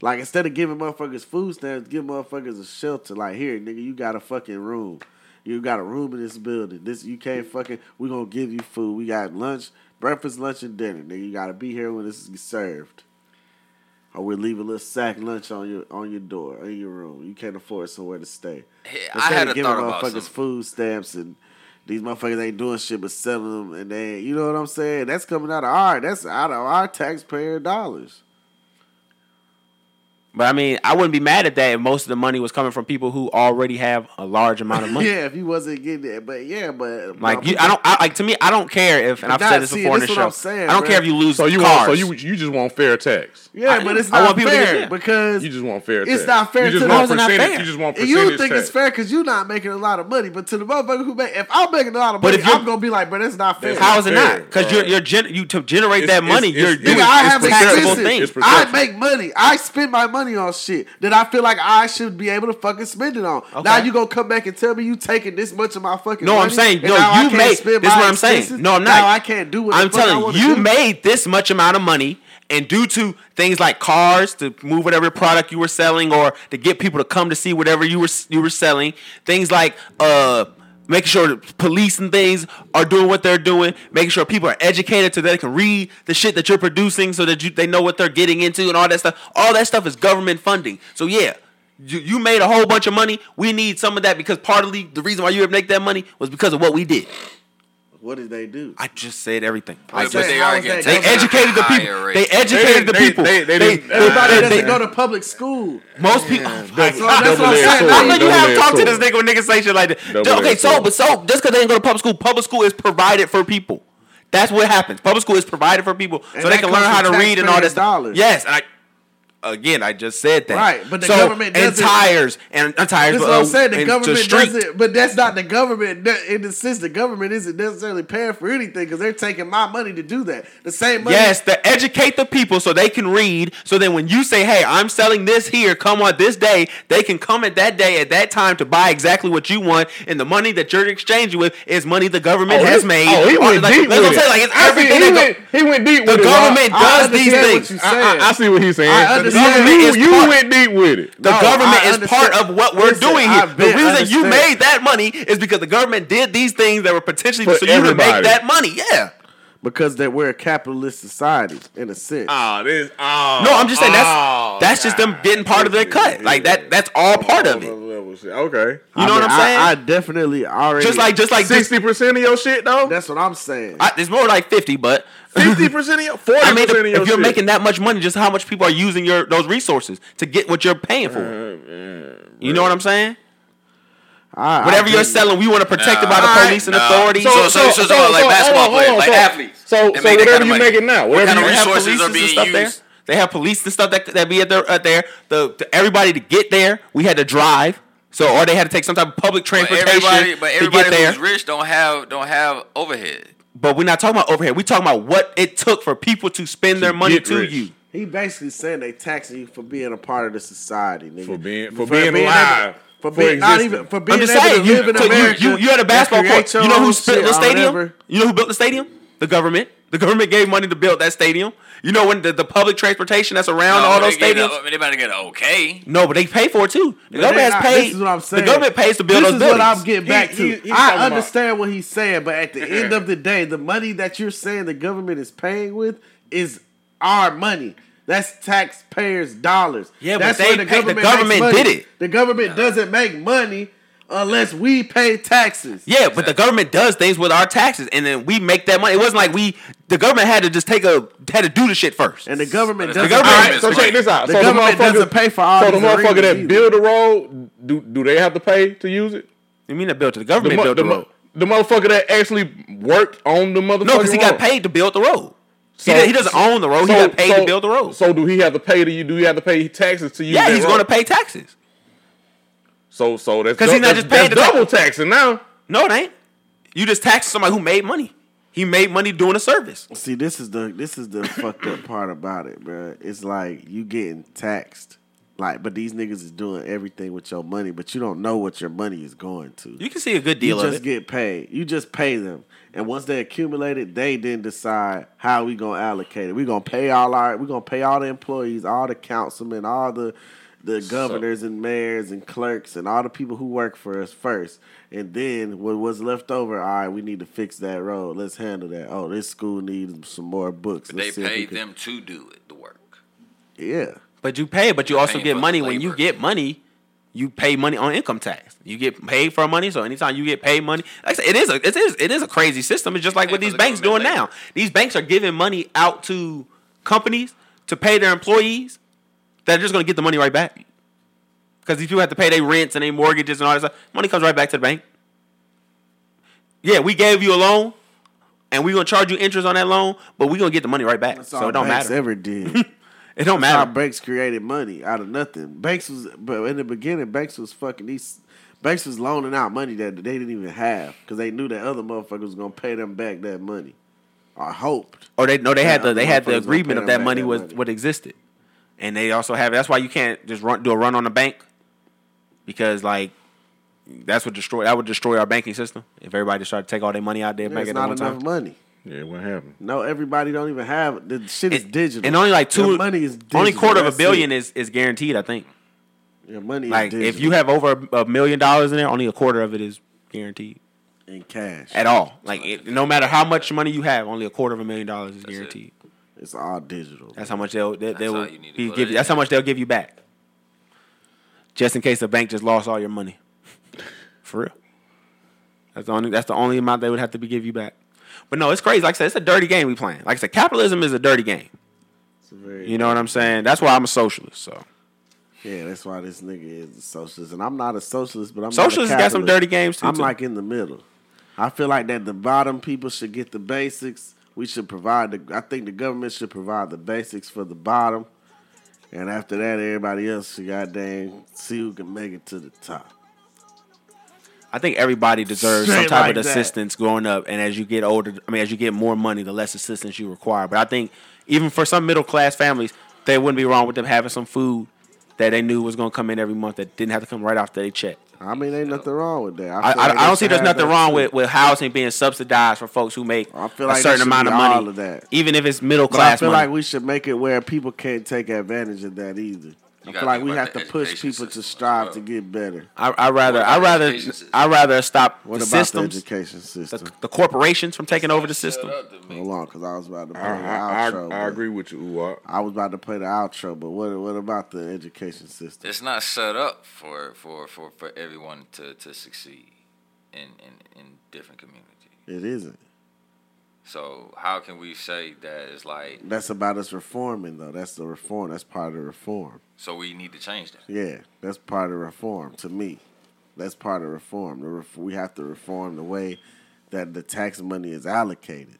S2: Like instead of giving motherfuckers food stamps, give motherfuckers a shelter. Like here, nigga, you got a fucking room. You got a room in this building. This you can't fucking. We gonna give you food. We got lunch, breakfast, lunch, and dinner. Nigga, you gotta be here when this is served. or we leave a little sack lunch on your on your door in your room. You can't afford somewhere to stay.
S5: Hey, I
S2: Instead
S5: had
S2: of
S5: a
S2: giving
S5: thought about
S2: motherfuckers
S5: something.
S2: food stamps and these motherfuckers ain't doing shit but selling them, and they you know what I'm saying? That's coming out of our that's out of our taxpayer dollars.
S3: But I mean, I wouldn't be mad at that if most of the money was coming from people who already have a large amount of money.
S2: Yeah, if you wasn't getting it, but yeah, but
S3: Like you, I don't I, like to me. I don't care if, and I've
S2: Nah,
S3: said this
S2: see,
S3: before in
S2: this
S3: the
S2: what
S3: show.
S2: I'm saying,
S3: I don't
S2: bruh.
S3: care if you lose
S4: So you
S3: cars.
S4: want, so you you just want fair tax.
S2: Yeah,
S3: I-
S2: but it's
S3: I
S2: not
S3: want people to
S2: fair
S3: get- yeah.
S2: because
S4: You just want fair
S2: It's
S4: tax.
S2: not fair
S4: You just
S2: to
S4: want
S2: the-
S3: Why is it not
S4: percentage.
S3: fair?
S4: You just want percentage
S2: you think
S4: tax.
S2: it's fair because you're not making a lot of money, but to the motherfucker who make, if I'm making a lot of
S3: But
S2: money,
S3: if you're-
S2: I'm gonna be like, but it's not fair.
S4: That's
S3: How is it not?
S4: Fair,
S3: Because you're
S4: bruh.
S3: you're gen- you to generate
S4: It's-
S3: that
S4: it's-
S3: money,
S4: it's-
S3: you're
S4: it's-
S3: doing
S2: Nigga, I
S3: it's
S2: have
S3: taxable
S2: expenses.
S3: thing.
S4: It's per-
S2: I
S4: perception.
S2: make money. I spend my money on shit that I feel like I should be able to fucking spend it on.
S3: Okay.
S2: Now you gonna come back and tell me you taking this much of my fucking
S3: No, I'm
S2: money,
S3: saying
S2: and
S3: no.
S2: now I
S3: You
S2: can't
S3: made this. Is
S2: spend
S3: what
S2: my
S3: I'm saying.
S2: expenses?
S3: No, I'm not.
S2: Now I can't do what the
S3: I'm
S2: fuck I
S3: telling
S2: wanna
S3: you, you
S2: do.
S3: made this much amount of money, and due to things like cars to move whatever product you were selling, or to get people to come to see whatever you were you were selling, things like uh. Making sure the police and things are doing what they're doing. Making sure people are educated so that they can read the shit that you're producing, so that you they know what they're getting into and all that stuff. All that stuff is government funding. So yeah, you, you made a whole bunch of money. We need some of that because partly the reason why you would make that money was because of what we did.
S2: What did they do?
S3: I just said everything. I
S5: But
S3: just,
S5: they
S3: they,
S2: how
S5: are
S2: is
S5: getting
S2: that government?
S5: taxed at a
S3: educated the
S5: higher
S3: people.
S5: rate.
S3: They educated the
S4: They didn't-
S3: people.
S4: they-
S3: They,
S4: they
S3: they,
S4: didn't-
S2: Everybody
S3: they-
S2: doesn't
S3: they-
S2: go to public school.
S3: most people. Oh my
S2: So that's
S3: God.
S2: what I'm
S4: Double-edged
S2: saying.
S4: sword,
S2: Now
S3: How
S2: you
S3: could you have
S4: double-edged
S3: talked to this
S4: sword.
S3: nigga when niggas say shit like that?
S4: Double-edged
S3: okay, so
S4: sword.
S3: but so just because they didn't go to public school, public school is provided for people. That's what happens. Public school is provided for people
S2: And
S3: so they
S2: that
S3: can learn
S2: comes
S3: how
S2: from
S3: to read and all that
S2: taxpayers'
S3: stuff.
S2: dollars.
S3: Yes, and I. Again, I just said that.
S2: Right, but the
S3: so,
S2: government
S3: and
S2: doesn't-
S3: tires and uh, tires.
S2: That's
S3: uh,
S2: what I'm saying. The
S3: and to
S2: government
S3: street.
S2: doesn't, but that's not the government. That- In the sense, the government isn't necessarily paying for anything because they're taking my money to do that. The same money.
S3: Yes, to educate the people so they can read. So then when you say, hey, I'm selling this here, come on this day, they can come at that day at that time to buy exactly what you want. And the money that you're exchanging with is money the government
S4: Oh,
S3: has
S4: he-
S3: made.
S4: Oh, he
S3: Or,
S4: went
S3: like,
S4: deep
S3: that's
S4: with
S3: what I'm
S4: it.
S3: saying, Like, it's
S4: I see-
S3: everything
S4: he,
S3: that
S4: went, he went deep
S3: the
S4: with it. Rob.
S3: government
S2: I
S3: does these
S2: understand what
S3: things.
S2: you
S3: The
S4: I, I, I see what he's saying.
S2: I
S4: The
S2: understand.
S4: government
S3: You-
S4: you,
S3: you
S4: went deep with it.
S2: No,
S3: government
S2: I
S3: is
S2: understand.
S3: part of what we're
S2: Listen,
S3: doing here.
S2: I
S3: The
S2: bet-
S3: reason you
S2: understand.
S3: made that money is because the government did these things that were potentially
S4: For
S3: so you to
S4: everybody.
S3: make that money. Yeah.
S2: because that we're a capitalist society in a sense.
S4: Ah, this. ah.
S3: No, I'm just saying that's
S4: ah,
S3: that's just them
S4: God.
S3: getting part of their cut. Like that that's all part of it.
S4: Level shit. Okay.
S3: You know
S2: I
S3: what
S2: mean,
S3: I'm saying?
S2: I, I definitely already
S3: just like just like this,
S4: Sixty percent of your shit though.
S2: that's what I'm saying.
S3: I, it's more like fifty, but
S4: Fifty percent of your. Forty
S3: I mean,
S4: percent of
S3: if
S4: your.
S3: you're
S4: shit.
S3: making that much money, just how much people are using your those resources to get what you're paying for. You know what I'm saying?
S2: I- I
S3: Whatever you're
S2: think-
S5: selling,
S3: we want to protect
S5: Nah.
S3: about the
S5: Alright,
S3: police and
S5: nah.
S3: authorities.
S5: So- so- so- so- like basketball
S4: hold on,
S5: players,
S4: hold on,
S5: like
S4: so-
S5: athletes.
S4: So,
S5: They
S4: so
S5: make that
S4: whatever
S5: kinda
S4: you
S5: money.
S4: making now,
S5: What
S4: whatever
S5: kind
S4: you
S5: of
S3: They have
S4: have,
S5: resources
S3: police
S5: are
S3: and
S5: being
S3: stuff there.
S5: used?
S3: They have police and stuff that that be at their at there. The, the- everybody to get there, we had to drive. So or they had to take some type of public
S5: But
S3: transportation
S5: everybody, but
S3: to get
S5: everybody
S3: there.
S5: who's rich don't have don't have overhead.
S3: but we're not talking about overhead. We're talking about what it took for people to spend their money
S4: get
S3: to
S4: rich.
S3: you.
S2: He basically saying they taxing you for being a part of the society, nigga.
S4: For being- for being alive,
S2: able- for
S4: for
S2: being not
S4: existing.
S2: even for being
S3: I'm just
S2: able
S3: saying,
S2: to
S3: you,
S2: live in
S3: so you-
S2: America.
S3: you, you had a
S2: and
S3: basketball
S2: create
S3: court.
S2: your
S3: You know
S2: own
S3: who built
S2: shit
S3: the
S2: or
S3: stadium?
S2: whatever.
S3: You know who built the stadium? The government. The government gave money to build that stadium. You know when the, the public transportation that's around all those
S5: they
S3: stadiums.
S5: get A, I mean, they better get an okay.
S3: no, but they pay for it too. The
S2: But
S3: government
S2: then
S3: has
S2: I-
S3: paid.
S2: This is what I'm saying.
S3: The government pays to build
S2: this
S3: those
S2: is
S3: buildings.
S2: what I'm getting
S4: He-
S2: back
S4: he-
S2: to.
S4: he's talking
S2: I
S4: about-
S2: understand what he's saying, but at the end of the day, the money that you're saying the government is paying with is our money. That's taxpayers' dollars.
S3: Yeah, but
S2: That's
S3: they
S2: where
S3: pay- the
S2: makes
S3: government
S2: money.
S3: did it.
S2: The government doesn't make money unless we pay taxes.
S3: Yeah, but the government does things with our taxes, and then we make that money. It wasn't like we. The government had to just take a had to do the shit first.
S2: And the government
S5: But
S2: doesn't
S5: it's
S3: the
S2: pay-
S3: government-
S4: Alright, so
S5: Right.
S4: check this out.
S2: The
S4: so
S2: government
S4: the motherfucker-
S2: doesn't pay for all
S4: So the
S2: these
S4: motherfucker
S2: arenas either.
S4: that build the road, do do they have to pay to use it?
S3: you mean that built it? The
S4: The,
S3: government
S4: mo-
S3: built
S4: the
S3: the,
S4: mo-
S3: road.
S4: the motherfucker that actually worked on the motherfucker.
S3: No, because he got paid to build the road.
S4: So-
S3: he, he doesn't own the road. he got paid to build the road.
S4: So do he have to pay to you? Do you have to pay taxes to you?
S3: yeah, he's going to pay taxes.
S4: So so that's
S3: 'Cause he's not
S4: that's-
S3: just paid to
S4: that's
S3: tax-
S4: double taxing now.
S3: No, it ain't. You just tax somebody who made money. He made money doing a service.
S2: See, this is the this is the fucked up part about it, bro. It's like you getting taxed, like, but these niggas is doing everything with your money, but you don't know what your money is going to.
S3: You can see a good
S2: You
S3: deal of
S2: just
S3: it.
S2: get paid. You just pay them, and once they accumulate it, they then decide how we gonna allocate it. We gonna pay all our, we gonna pay all the employees, all the councilmen, all the the governors and mayors and clerks and all the people who work for us first, and then what was left over. All right, we need to fix that road. Let's handle that. Oh, this school needs some more books.
S5: They
S2: Let's see if we
S5: paid
S2: can-"
S5: them to do it, the work.
S2: Yeah.
S3: But you pay, but you also
S5: paying
S3: get
S5: for
S3: money.
S5: the
S3: When you
S5: labor.
S3: get money, you pay money on income tax. You get paid for money, so anytime you get paid money, like I said, it is a it is it is a crazy system. It's just like
S5: pay
S3: what
S5: for
S3: these
S5: the
S3: banks doing
S5: government
S3: now.
S5: labor.
S3: These banks are giving money out to companies to pay their employees that are just gonna get the money right back. Because these people have to pay their rents and their mortgages and all that stuff. Money comes right back to the bank. Yeah, we gave you a loan, and we're gonna charge you interest on that loan, but we're gonna get the money right back.
S2: That's
S3: So
S2: all
S3: it don't
S2: banks
S3: matter.
S2: ever did.
S3: It don't
S2: That's how
S3: matter.
S2: banks created money out of nothing. Banks was, but in the beginning, banks was fucking these. Banks was loaning out money that they didn't even have because they knew that other motherfuckers was gonna pay them back that money. I hoped.
S3: Or they no, they had
S2: Yeah,
S3: the they had
S2: motherfuckers
S3: the
S2: gonna
S3: agreement
S2: pay
S3: of
S2: them
S3: that
S2: back
S3: money
S2: that
S3: was
S2: money.
S3: what existed, and they also have. That's why you can't just run do a run on the bank, because like that's what destroy that would destroy our banking system if everybody just started to take all their money out there
S2: There's
S3: bank at that
S2: not
S3: one
S2: enough
S3: time.
S2: money.
S4: Yeah, what happened?
S2: No, everybody don't even have the shit is
S3: It-
S2: digital,
S3: and only like two
S2: Your money is digital.
S3: only quarter of a
S2: That's
S3: billion
S2: it.
S3: is is guaranteed. I think
S2: Your money
S3: like
S2: is digital
S3: if you have over a, a million dollars in there, only a quarter of it is guaranteed
S2: in cash.
S3: at all. Like it, no matter how much money you have, only a quarter of a million dollars is guaranteed.
S2: It's all digital.
S3: That's how much they'll they, they
S5: That's
S3: will
S5: all you need to
S3: be
S5: put
S3: give you.
S5: in.
S3: That's how much they'll give you back. Just in case the bank just lost all your money. For real. That's the only that's the only amount they would have to be give you back. But no, it's crazy. Like I said, it's a dirty game we playing. Like I said, capitalism is a dirty game.
S2: It's a very-
S3: You know what I'm saying? That's why I'm a socialist. So
S2: Yeah, that's why this nigga is a socialist, and I'm not a socialist, but I'm
S3: Socialists
S2: not a
S3: got some
S2: capitalist.
S3: dirty games too,
S2: I'm
S3: too.
S2: like in the middle. I feel like that the bottom people should get the basics. We should provide the. I think the government should provide the basics for the bottom, and after that, everybody else should goddamn see who can make it to the top.
S3: I think everybody deserves some
S2: Straight
S3: type
S2: like
S3: of
S2: that.
S3: assistance growing up, and as you get older, I mean, as you get more money, the less assistance you require. But I think even for some middle class families, they wouldn't be wrong with them having some food that they knew was going to come in every month that didn't have to come right off their check.
S2: I mean, ain't nothing wrong with that.
S3: I,
S2: feel
S3: I,
S2: like
S3: I
S2: they
S3: don't see
S2: should
S3: there's
S2: have
S3: nothing
S2: that
S3: wrong
S2: too.
S3: with, with housing being subsidized for folks who make
S2: I feel
S3: a
S2: like there
S3: certain
S2: should
S3: amount
S2: be
S3: of money,
S2: all of that.
S3: even if it's middle
S2: But I
S3: class
S2: feel
S3: money.
S2: like we should make it where people can't take advantage of that either. I
S5: gotta
S2: feel like
S5: think
S2: we
S5: about
S2: have
S5: the
S2: to push
S5: education
S2: people
S5: system
S2: to
S5: as
S2: strive
S5: well.
S2: to get better.
S3: I, I rather,
S5: What
S3: I
S5: about
S3: rather,
S5: the education system?
S3: I rather stop
S2: What
S3: the
S2: about
S3: systems,
S2: the education
S3: the,
S2: system?
S3: the corporations from taking over the system.
S5: Shut up to me.
S2: Hold on, because I was about to play
S4: I,
S2: the
S4: I,
S2: outro.
S4: I, I
S2: but-
S4: agree with you, Uwak.
S2: I was about to play the outro, but what what about the education system?
S5: It's not set up for for for, for everyone to, to succeed in, in in different communities.
S2: It isn't.
S5: So how can we say that it's like
S2: That's about us reforming, though. That's the reform. That's part of the reform.
S5: so we need to change that?
S2: Yeah, that's part of reform to me. That's part of reform. The ref- we have to reform the way that the tax money is allocated.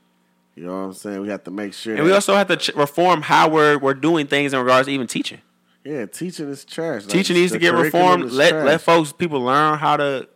S2: You know what I'm saying? We have to make sure.
S3: And we
S2: that-
S3: also have to ch- reform how we're we're doing things in regards to even teaching.
S2: yeah, teaching is trash. Like,
S3: teaching needs
S2: the
S3: to get
S2: curriculum
S3: reformed.
S2: is
S3: Let
S2: trash.
S3: let folks people learn how to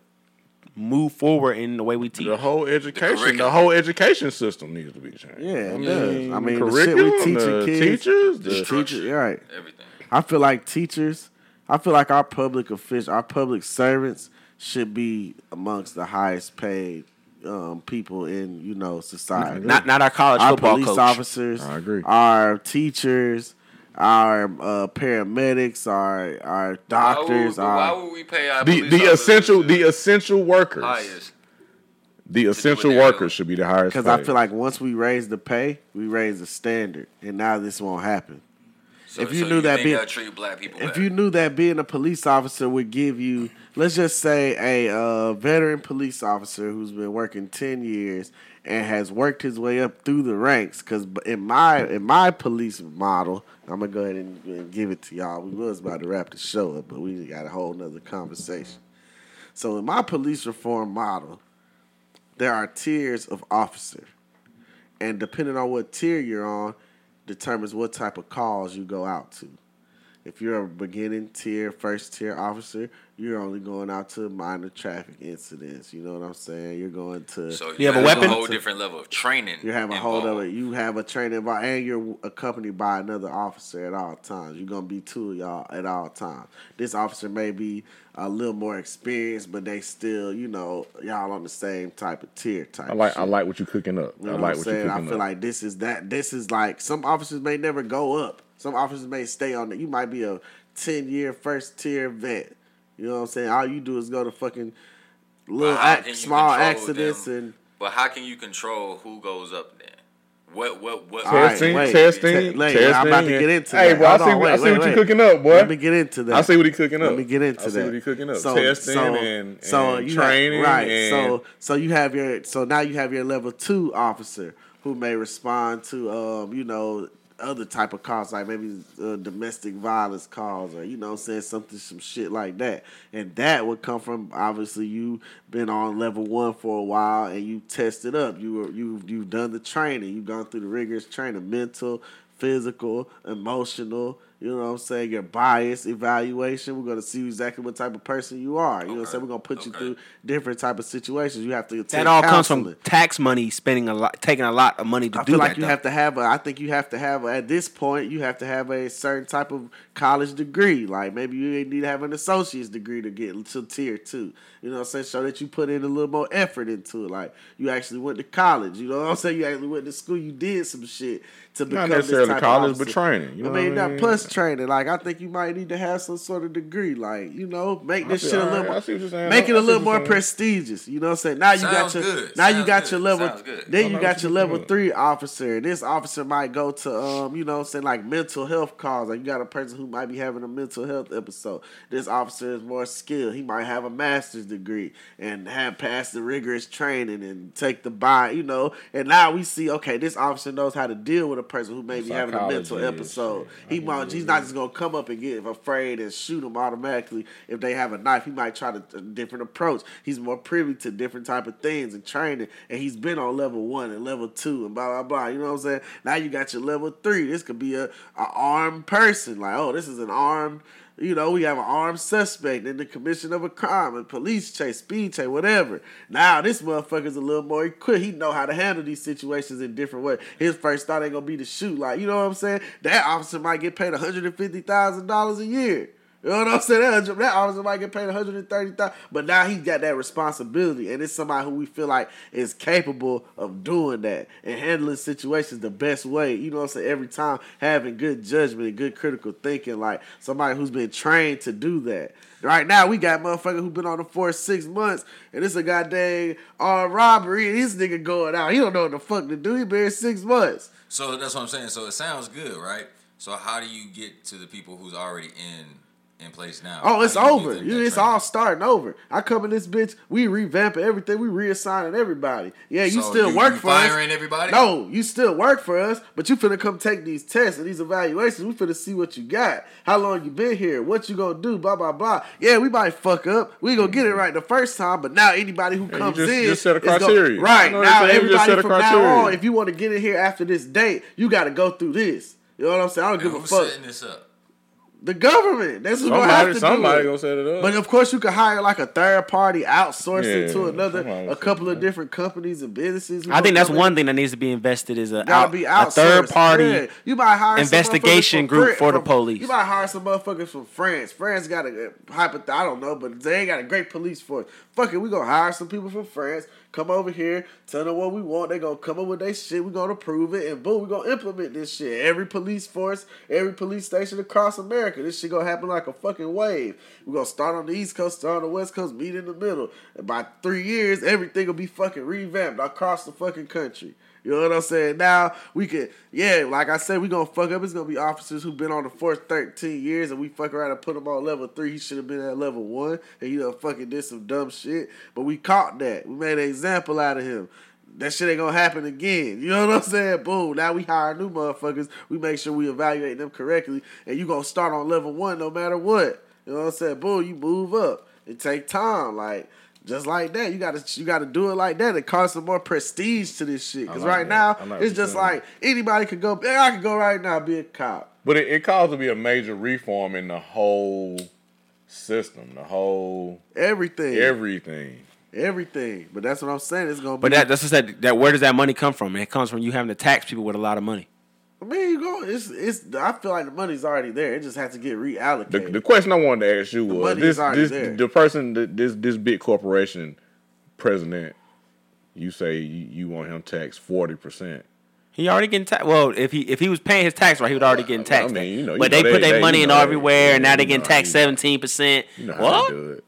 S3: move forward in the way we teach.
S4: The whole education, the,
S5: curriculum.
S4: whole education system needs to be changed.
S2: Yeah, it
S4: I
S2: does.
S4: mean,
S2: I mean,
S4: the
S2: the shit
S4: curriculum,
S2: we teaching
S4: the
S2: kids,
S4: teachers, the,
S2: the teachers. You're right.
S5: Everything.
S2: I feel like teachers, I feel like our public official, our public servants should be amongst the highest paid um, people in you know society.
S3: Not not our college
S2: our
S3: football
S2: police
S3: coach.
S2: officers,
S4: I agree.
S2: our teachers, our uh, paramedics, our our doctors, uh,
S5: why, would,
S2: our
S5: why would we pay our
S4: the,
S5: police
S4: the
S5: officers
S4: essential,
S5: to
S4: the essential workers,
S5: highest?
S4: the essential
S5: what they're doing.
S4: workers should be the highest.
S2: because I
S4: paid.
S2: feel like once we raise the pay, we raise the standard, and now this won't happen.
S5: So,
S2: If you
S5: so
S2: knew that
S5: think
S2: being-
S5: they'll treat black people
S2: if
S5: better?
S2: you knew that being a police officer would give you, let's just say, a uh, veteran police officer who's been working ten years and has worked his way up through the ranks, because in my in my police model, I'm gonna go ahead and, and give it to y'all. We was about to wrap the show up, but we got a whole nother conversation. So in my police reform model, there are tiers of officer, and depending on what tier you're on, determines what type of calls you go out to. If you're a beginning tier, first tier officer, you're only going out to minor traffic incidents. You know what I'm saying? You're going to
S5: so
S3: have a
S5: there's
S3: weapon?
S5: A whole different level of training.
S2: you have a hold of
S5: involved.
S2: it. You have a training by, and you're accompanied by another officer at all times. You're gonna be two of y'all at all times. This officer may be a little more experienced, but they still, you know, y'all on the same type of tier type.
S4: I like,
S2: shit.
S4: I like what you cooking up.
S2: You know what
S4: I like
S2: I'm
S4: what you
S2: saying?
S4: cooking
S2: I feel
S4: up.
S2: like this is that. This is like some officers may never go up. Some officers may stay on. The, you might be a ten year first tier vet. You know what I'm saying? All you do is go to fucking little
S5: But how
S2: act,
S5: can you
S2: small
S5: control
S2: accidents
S5: them?
S2: and
S5: But how can you control who goes up then? What what what?
S2: All right,
S4: Testing,
S2: wait.
S4: testing,
S2: Te- wait, I'm about
S4: testing.
S2: to get into
S4: Hey,
S2: that.
S4: bro, I
S2: Hold
S4: see
S2: on,
S4: what- I
S2: wait,
S4: see
S2: wait,
S4: what you
S2: wait.
S4: cooking up, boy.
S2: Let me get into that.
S4: I see what he cooking up.
S2: Let me get into
S4: I
S2: that.
S4: see what he cooking up. Testing and, and
S2: you have-
S4: training.
S2: right.
S4: and-
S2: so so you have your so now you have your level two officer who may respond to um, you know, other type of calls like maybe uh, domestic violence calls or you know what I'm saying something some shit like that. And that would come from obviously you been on level one for a while and you tested up. You were you you've done the training, you've gone through the rigorous training, mental, physical, emotional. You know what I'm saying? Your bias evaluation. We're gonna see exactly what type of person you are. You know what I'm saying? We're gonna put you
S5: Okay.
S2: through different type of situations. You have to
S3: That
S2: attend
S3: all comes
S2: counseling.
S3: from tax money, spending a lot, taking a lot of money to
S2: I
S3: do
S2: feel
S3: that.
S2: like you
S3: though.
S2: have to have a. I think you have to have a, at this point you have to have a certain type of college degree. Like maybe you need to have an associate's degree to get to tier two. You know what I'm saying? So that you put in a little more effort into it. Like you actually went to college. You know what I'm saying? You actually went to school. You did some shit to become
S4: necessarily
S2: this type
S4: college,
S2: of
S4: but
S2: officer.
S4: training. You know
S2: I
S4: what
S2: mean,
S4: I
S2: not
S4: mean?
S2: plus training. Like I think you might need to have some sort of degree. Like you know, make this
S4: feel-
S2: shit a
S4: alright,
S2: little.
S4: I see what you're saying.
S2: more, make it
S4: I
S2: a little
S4: see what you're
S2: more
S4: saying.
S2: prestigious. You know what I'm saying? Now you got
S5: Sounds
S2: your.
S5: good.
S2: Now you
S5: Sounds
S2: got
S5: good.
S2: your level.
S5: Sounds good.
S2: Then you got
S4: I'm not
S2: your
S4: looking
S2: level
S4: up.
S2: three officer. This officer might go to um, you know, what I'm saying like mental health calls. Like you got a person who might be having a mental health episode. This officer is more skilled. He might have a master's degree and have passed the rigorous training and take the buy, you know. And now we see, okay, this officer knows how to deal with a person who may be having a mental
S4: Psychology and
S2: episode.
S4: shit.
S2: He might, he's not just gonna come up and get afraid and shoot them automatically. If they have a knife, he might try to, a different approach. He's more privy to different type of things and training, and he's been on level one and level two and blah blah blah. You know what I'm saying? Now you got your level three. This could be a, a armed person. Like, oh, this is an armed. You know, we have an armed suspect in the commission of a crime, a police chase, speed chase, whatever. Now this motherfucker's a little more equipped. He know how to handle these situations in different ways. His first thought ain't gonna be to shoot. Like, you know what I'm saying? That officer might get paid $150,000 a year. You know what I'm saying? That, hundred- that officer might get paid 130,000, but now he got that responsibility, and it's somebody who we feel like is capable of doing that and handling situations the best way. You know what I'm saying? Every time having good judgment and good critical thinking, like somebody who's been trained to do that. Right now, we got motherfucker who been on the force six months, and it's a goddamn armed robbery, and this nigga going out. He don't know what the fuck to do. He been here six months.
S5: So that's what I'm saying. So it sounds good, right? So how do you get to the people who's already in in place now?
S2: Oh, it's
S5: How do you get
S2: over.
S5: them
S2: You-
S5: that
S2: It's
S5: training?
S2: all starting over. I come in this bitch. We revamping everything. We reassigning everybody. Yeah, you
S5: So
S2: still
S5: you-
S2: work
S5: you
S2: for us.
S5: firing everybody?
S2: No, you still work for us, but you finna come take these tests and these evaluations. We finna see what you got. How long you been here? What you gonna do? Blah blah blah. Yeah, we might fuck up. We gonna
S5: Mm-hmm.
S2: get it right the first time, but now anybody who
S4: you
S2: comes
S4: just-
S2: in,
S4: just set a
S2: is gonna-
S4: criteria.
S2: right
S4: You know what I'm
S2: now,
S4: saying? You just
S2: everybody
S4: set a
S2: from now on,
S4: criteria.
S2: if you want to get in here after this date, you got to go through this. You know what I'm saying? I don't
S5: And
S2: give a
S5: who's
S2: fuck.
S5: setting this up?
S2: The government. That's who's gonna have
S4: Somebody,
S2: to
S4: somebody
S2: do it.
S4: gonna set it up.
S2: But of course, you could hire like a third party, outsource it to
S4: Yeah,
S2: another,
S4: somebody
S2: a
S4: said
S2: couple of
S4: that.
S2: different companies and businesses. who
S3: I think
S2: gonna
S3: that's
S2: come in.
S3: one thing that needs to be invested is a,
S2: Gotta
S3: out-
S2: be
S3: a
S2: outsourced.
S3: third party.
S2: Yeah. You might hire some
S3: investigation
S2: motherfuckers from
S3: group
S2: Fran-
S3: for the
S2: from-
S3: police.
S2: You might hire some motherfuckers from France. France got a uh, hypoth- I don't know, but they ain't got a great police force. Fuck it, we gonna hire some people from France. Come over here, tell them what we want. They gonna come up with their shit. We gonna approve it, and boom, we gonna implement this shit. Every police force, every police station across America, this shit gonna happen like a fucking wave. We gonna start on the East Coast, start on the West Coast, meet in the middle. And by three years, everything will be fucking revamped across the fucking country. You know what I'm saying? Now we could, yeah, like I said, we gonna fuck up. It's gonna be officers who've been on the force 13 years, and we fuck around and put them on level three. He should have been at level one, and he done fucking did some dumb shit. But we caught that. We made an example out of him. That shit ain't gonna happen again. You know what I'm saying? Boom. Now we hire new motherfuckers. We make sure we evaluate them correctly, and you gonna start on level one no matter what. You know what I'm saying? Boom. You move up. It take time, like. Just like that, you gotta you gotta do it like that. It costs some more prestige to this shit. Cause
S4: like
S2: right
S4: that. I
S2: now
S4: like
S2: it's
S4: what you're
S2: just
S4: saying.
S2: like anybody could go. "Yeah, I could go right now and be a cop.
S4: But it, it caused to be a major reform in the whole system, the whole
S2: Everything,
S4: everything.
S2: everything. But that's what I'm saying. It's gonna.
S3: But
S2: be,
S3: that, that's just that, that. Where does that money come from? It comes from you having to tax people with a lot of money.
S2: I mean, you go. It's it's. I feel like the money's already there. It just has to get reallocated.
S4: The, the question I wanted to ask you was
S2: money
S4: this:
S2: is already
S4: this
S2: there.
S4: the person that this this big corporation president. You say you, you want him taxed forty percent.
S3: He already getting taxed. Well, if he if he was paying his tax right, he would already getting
S4: I
S3: taxed.
S4: mean, you know- you
S3: but they
S4: know
S3: put
S4: they-
S3: their
S4: they-
S3: money
S4: you
S3: in
S4: know
S3: everywhere,
S4: they-
S3: and now they
S4: you
S3: getting
S4: know
S3: taxed
S4: how you-
S3: seventeen percent.
S4: You know how
S3: What?
S4: to do it.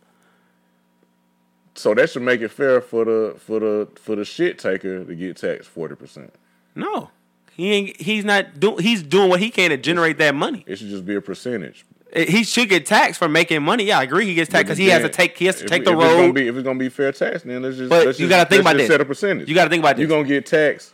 S4: So that should make it fair for the for the for the shit taker to get taxed forty percent.
S3: No, He ain't. He's not doing. He's doing what he can to generate that money.
S4: It should just be a percentage.
S3: Eh, He should get taxed for making money. Yeah, I agree. He gets taxed because he has to take. He has to
S4: If-
S3: take the
S4: if It's gonna
S3: road.
S4: be, if it's gonna be fair tax, then let's just.
S3: But
S4: let's
S3: you
S4: just-
S3: gotta think
S4: let's
S3: about
S4: just
S3: this.
S4: Set a percentage.
S3: You gotta think about
S4: You're
S3: this.
S4: gonna get taxed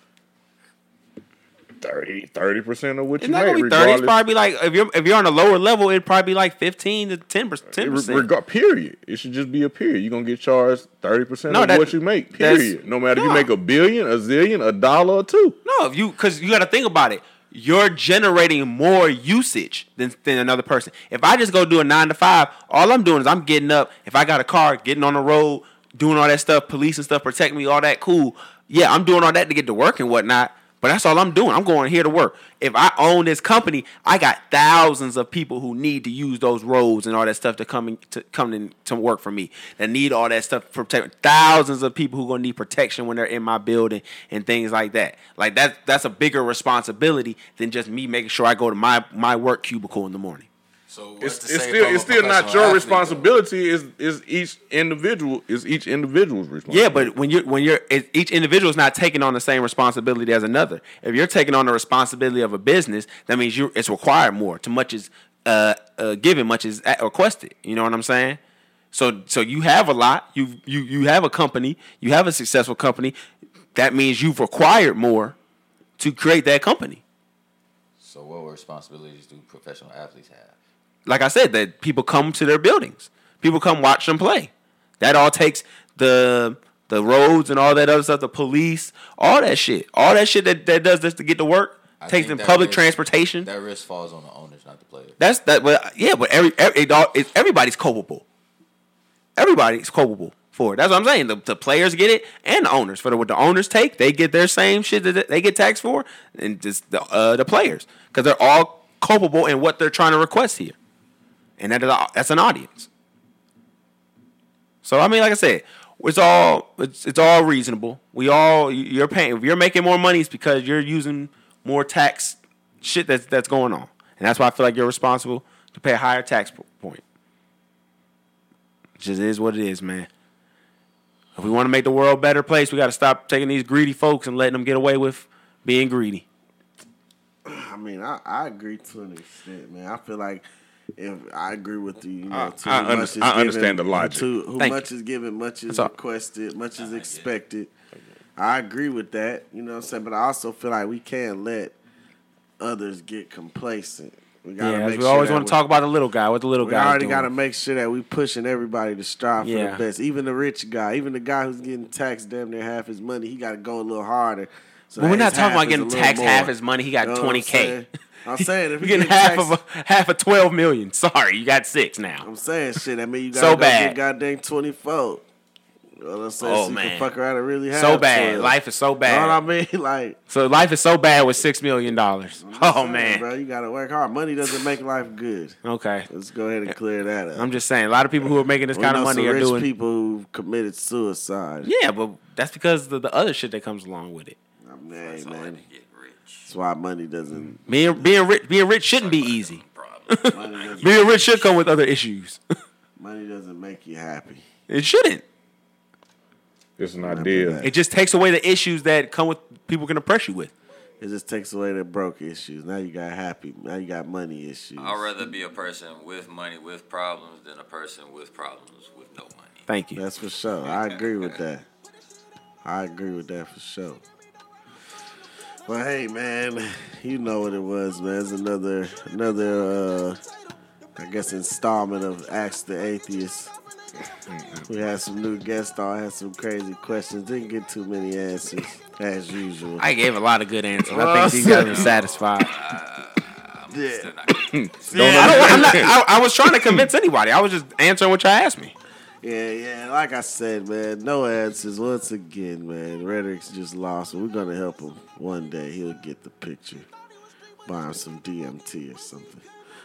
S4: 30 percent of what
S3: It's
S4: you
S3: not
S4: make.
S3: gonna be thirty. It's
S4: regardless-
S3: probably like if you're if you're on a lower level, it'd probably be like fifteen to ten percent.
S4: Uh, It re- rega- period. It should just be a period. You're gonna get charged thirty percent
S3: No,
S4: of
S3: that-
S4: what you make.
S3: that's-
S4: Period. No matter if you
S3: no.
S4: make a billion, a zillion, a dollar or two.
S3: No, if you because you got to think about it. You're generating more usage than, than another person. If I just go do a nine to five, all I'm doing is I'm getting up. If I got a car, getting on the road, doing all that stuff, police and stuff, protect me, all that cool. Yeah, I'm doing all that to get to work and whatnot. But that's all I'm doing. I'm going here to work. If I own this company, I got thousands of people who need to use those roads and all that stuff to come in, to come in, to work for me. That need all that stuff for protect. Thousands of people who gonna need protection when they're in my building and things like that. Like that's that's a bigger responsibility than just me making sure I go to my my work cubicle in the morning.
S5: So what's
S4: It's,
S5: to
S4: it's
S5: say
S4: still
S5: from
S4: it's
S5: a
S4: still not
S5: professional
S4: your
S5: athlete, though?
S4: responsibility. Is is each individual is each individual's responsibility.
S3: Yeah, but when you're when you're it, each individual is not taking on the same responsibility as another. If you're taking on the responsibility of a business, that means you it's required more. To much is uh, uh, given, much is at- requested. You know what I'm saying? So so you have a lot. You you you have a company. You have a successful company. That means you've required more to create that company.
S5: So what responsibilities do professional athletes have?
S3: like I said, that people come to their buildings. People come watch them play. That all takes the the roads and all that other stuff, the police, all that shit. All that shit that, that does this to get to work
S5: I
S3: takes
S5: think
S3: in
S5: that
S3: public
S5: risk-
S3: transportation.
S5: That risk falls on the owners, not the players.
S3: That's that but yeah, but every, every it all, it, everybody's culpable. Everybody's culpable for it. That's what I'm saying. The, the players get it and the owners. For the, what the owners take, they get their same shit that they get taxed for and just the uh, the players cuz they're all culpable in what they're trying to request here. And that is, a- that's an audience. So I mean, like I said, it's all it's, it's all reasonable. We all you- you're paying. If you're making more money, it's because you're using more tax shit that's that's going on, and that's why I feel like you're responsible to pay a higher tax po- point. Just is what it is, man. If we want to make the world a better place, we got to stop taking these greedy folks and letting them get away with being greedy.
S2: I mean, I, I agree to an extent, man. I feel like if I agree with you, you know,
S4: I-
S2: too
S4: I
S2: much
S4: under-
S2: is
S4: I understand
S2: given-
S4: the logic.
S2: Too, who
S3: Thank
S2: much is given, much is
S3: all.
S2: requested, much is expected. I agree with that, you know what I'm saying? But I also feel like we can't let others get complacent. We gotta
S3: Yeah,
S2: make
S3: we
S2: sure
S3: always
S2: that
S3: want
S2: we-
S3: to talk about the little guy. What the little
S2: We
S3: guy
S2: already
S3: doing.
S2: got to make sure that we pushing everybody to strive for
S3: Yeah.
S2: the best. Even the rich guy, even the guy who's getting taxed damn near half his money, he got to go a little harder. So
S3: But
S2: that
S3: we're not
S2: his
S3: talking
S2: half
S3: about
S2: is a
S3: getting
S2: little
S3: taxed
S2: more.
S3: half his money. He
S2: You
S3: got
S2: know what I'm
S3: twenty
S2: saying?
S3: k.
S2: I'm saying if
S3: You're
S2: you
S3: getting half of a, half of twelve million. Sorry, you got six now.
S2: I'm saying shit. I mean, you
S3: So
S2: gotta go
S3: bad.
S2: get goddamn twenty four. You know what I'm saying?
S3: Oh,
S2: so you
S3: man.
S2: can fuck around and really have
S3: So bad.
S2: 12.
S3: Life is so
S2: You know what I
S3: bad.
S2: mean? Like,
S3: So life is so bad with six million dollars. Oh
S2: saying,
S3: man.
S2: bro, you gotta work hard. Money doesn't make life good.
S3: Okay.
S2: Let's go ahead and clear that up.
S3: I'm just saying. A lot of people who are making this
S2: We
S3: kind
S2: know
S3: of money
S2: some
S3: are
S2: rich
S3: doing.
S2: people who committed suicide.
S3: Yeah, but that's because the, the other shit that comes along with it.
S2: I mean, hey, man,
S5: Get rich.
S2: that's why money doesn't.
S3: Being being rich being rich shouldn't be easy. Mm.
S5: Problem.
S2: Money doesn't,
S3: Being rich should come with other issues.
S2: money doesn't make you happy.
S3: it shouldn't.
S4: It's an
S2: Remember
S4: idea.
S2: that.
S3: It just takes away the issues that come with people can oppress you with.
S2: It just takes away the broke issues. Now you got happy. Now you got money issues.
S5: I'd rather be a person with money with problems than a person with problems with no money.
S3: Thank you.
S2: That's for sure. I agree with that. I agree with that for sure. Well, hey man, you know what it was, man. It's another another uh I guess installment of Ask the Atheist. We had some new guests on, had some crazy questions, didn't get too many answers as usual.
S3: I gave a lot of good answers. I think you guys are satisfied.
S2: yeah.
S3: I,
S4: Don't
S3: don't,
S4: under-
S3: I'm not, I, I was trying to convince anybody. I was just answering what y'all asked me.
S2: Yeah, yeah. Like I said, man, no answers once again, man. Rhetoric's just lost. We're gonna help him one day. He'll get the picture. Buy him some DMT or something.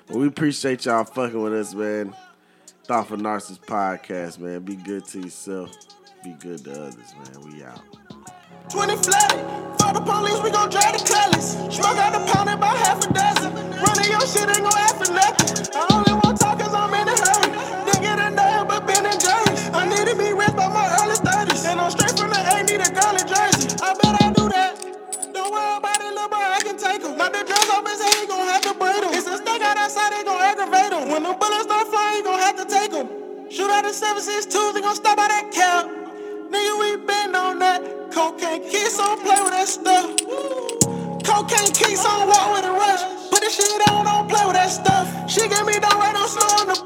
S2: But we appreciate y'all fucking with us, man. Thoughtful Narcissist Podcast, man. Be good to yourself. Be good to others, man. We out.
S1: 20 flat. Fuck the police, we gon' drive the tallies. Smoke out the pound about half a dozen. Running your shit ain't gon' happen nothing. I only want talkers, I'm in a hurry. Nigga that nothing but Ben and Jerry's. I need to be rich by my early 30s. And I'm straight from the A, need a girly jersey. I bet I do that. Don't worry about it, little bro, I can him. Now the drugs open, so he gon' have to braid him. It's a stack out outside, they gon' aggravate him. When the bullets start flying, he gon' have to take him. Shoot out the 762, they gon' stop by that cap. Nigga, we been on that. Cocaine kiss, don't play with that stuff. Cocaine kiss, don't walk with a rush. Put the shit on, don't play with that stuff. She give me the right, I'm slowing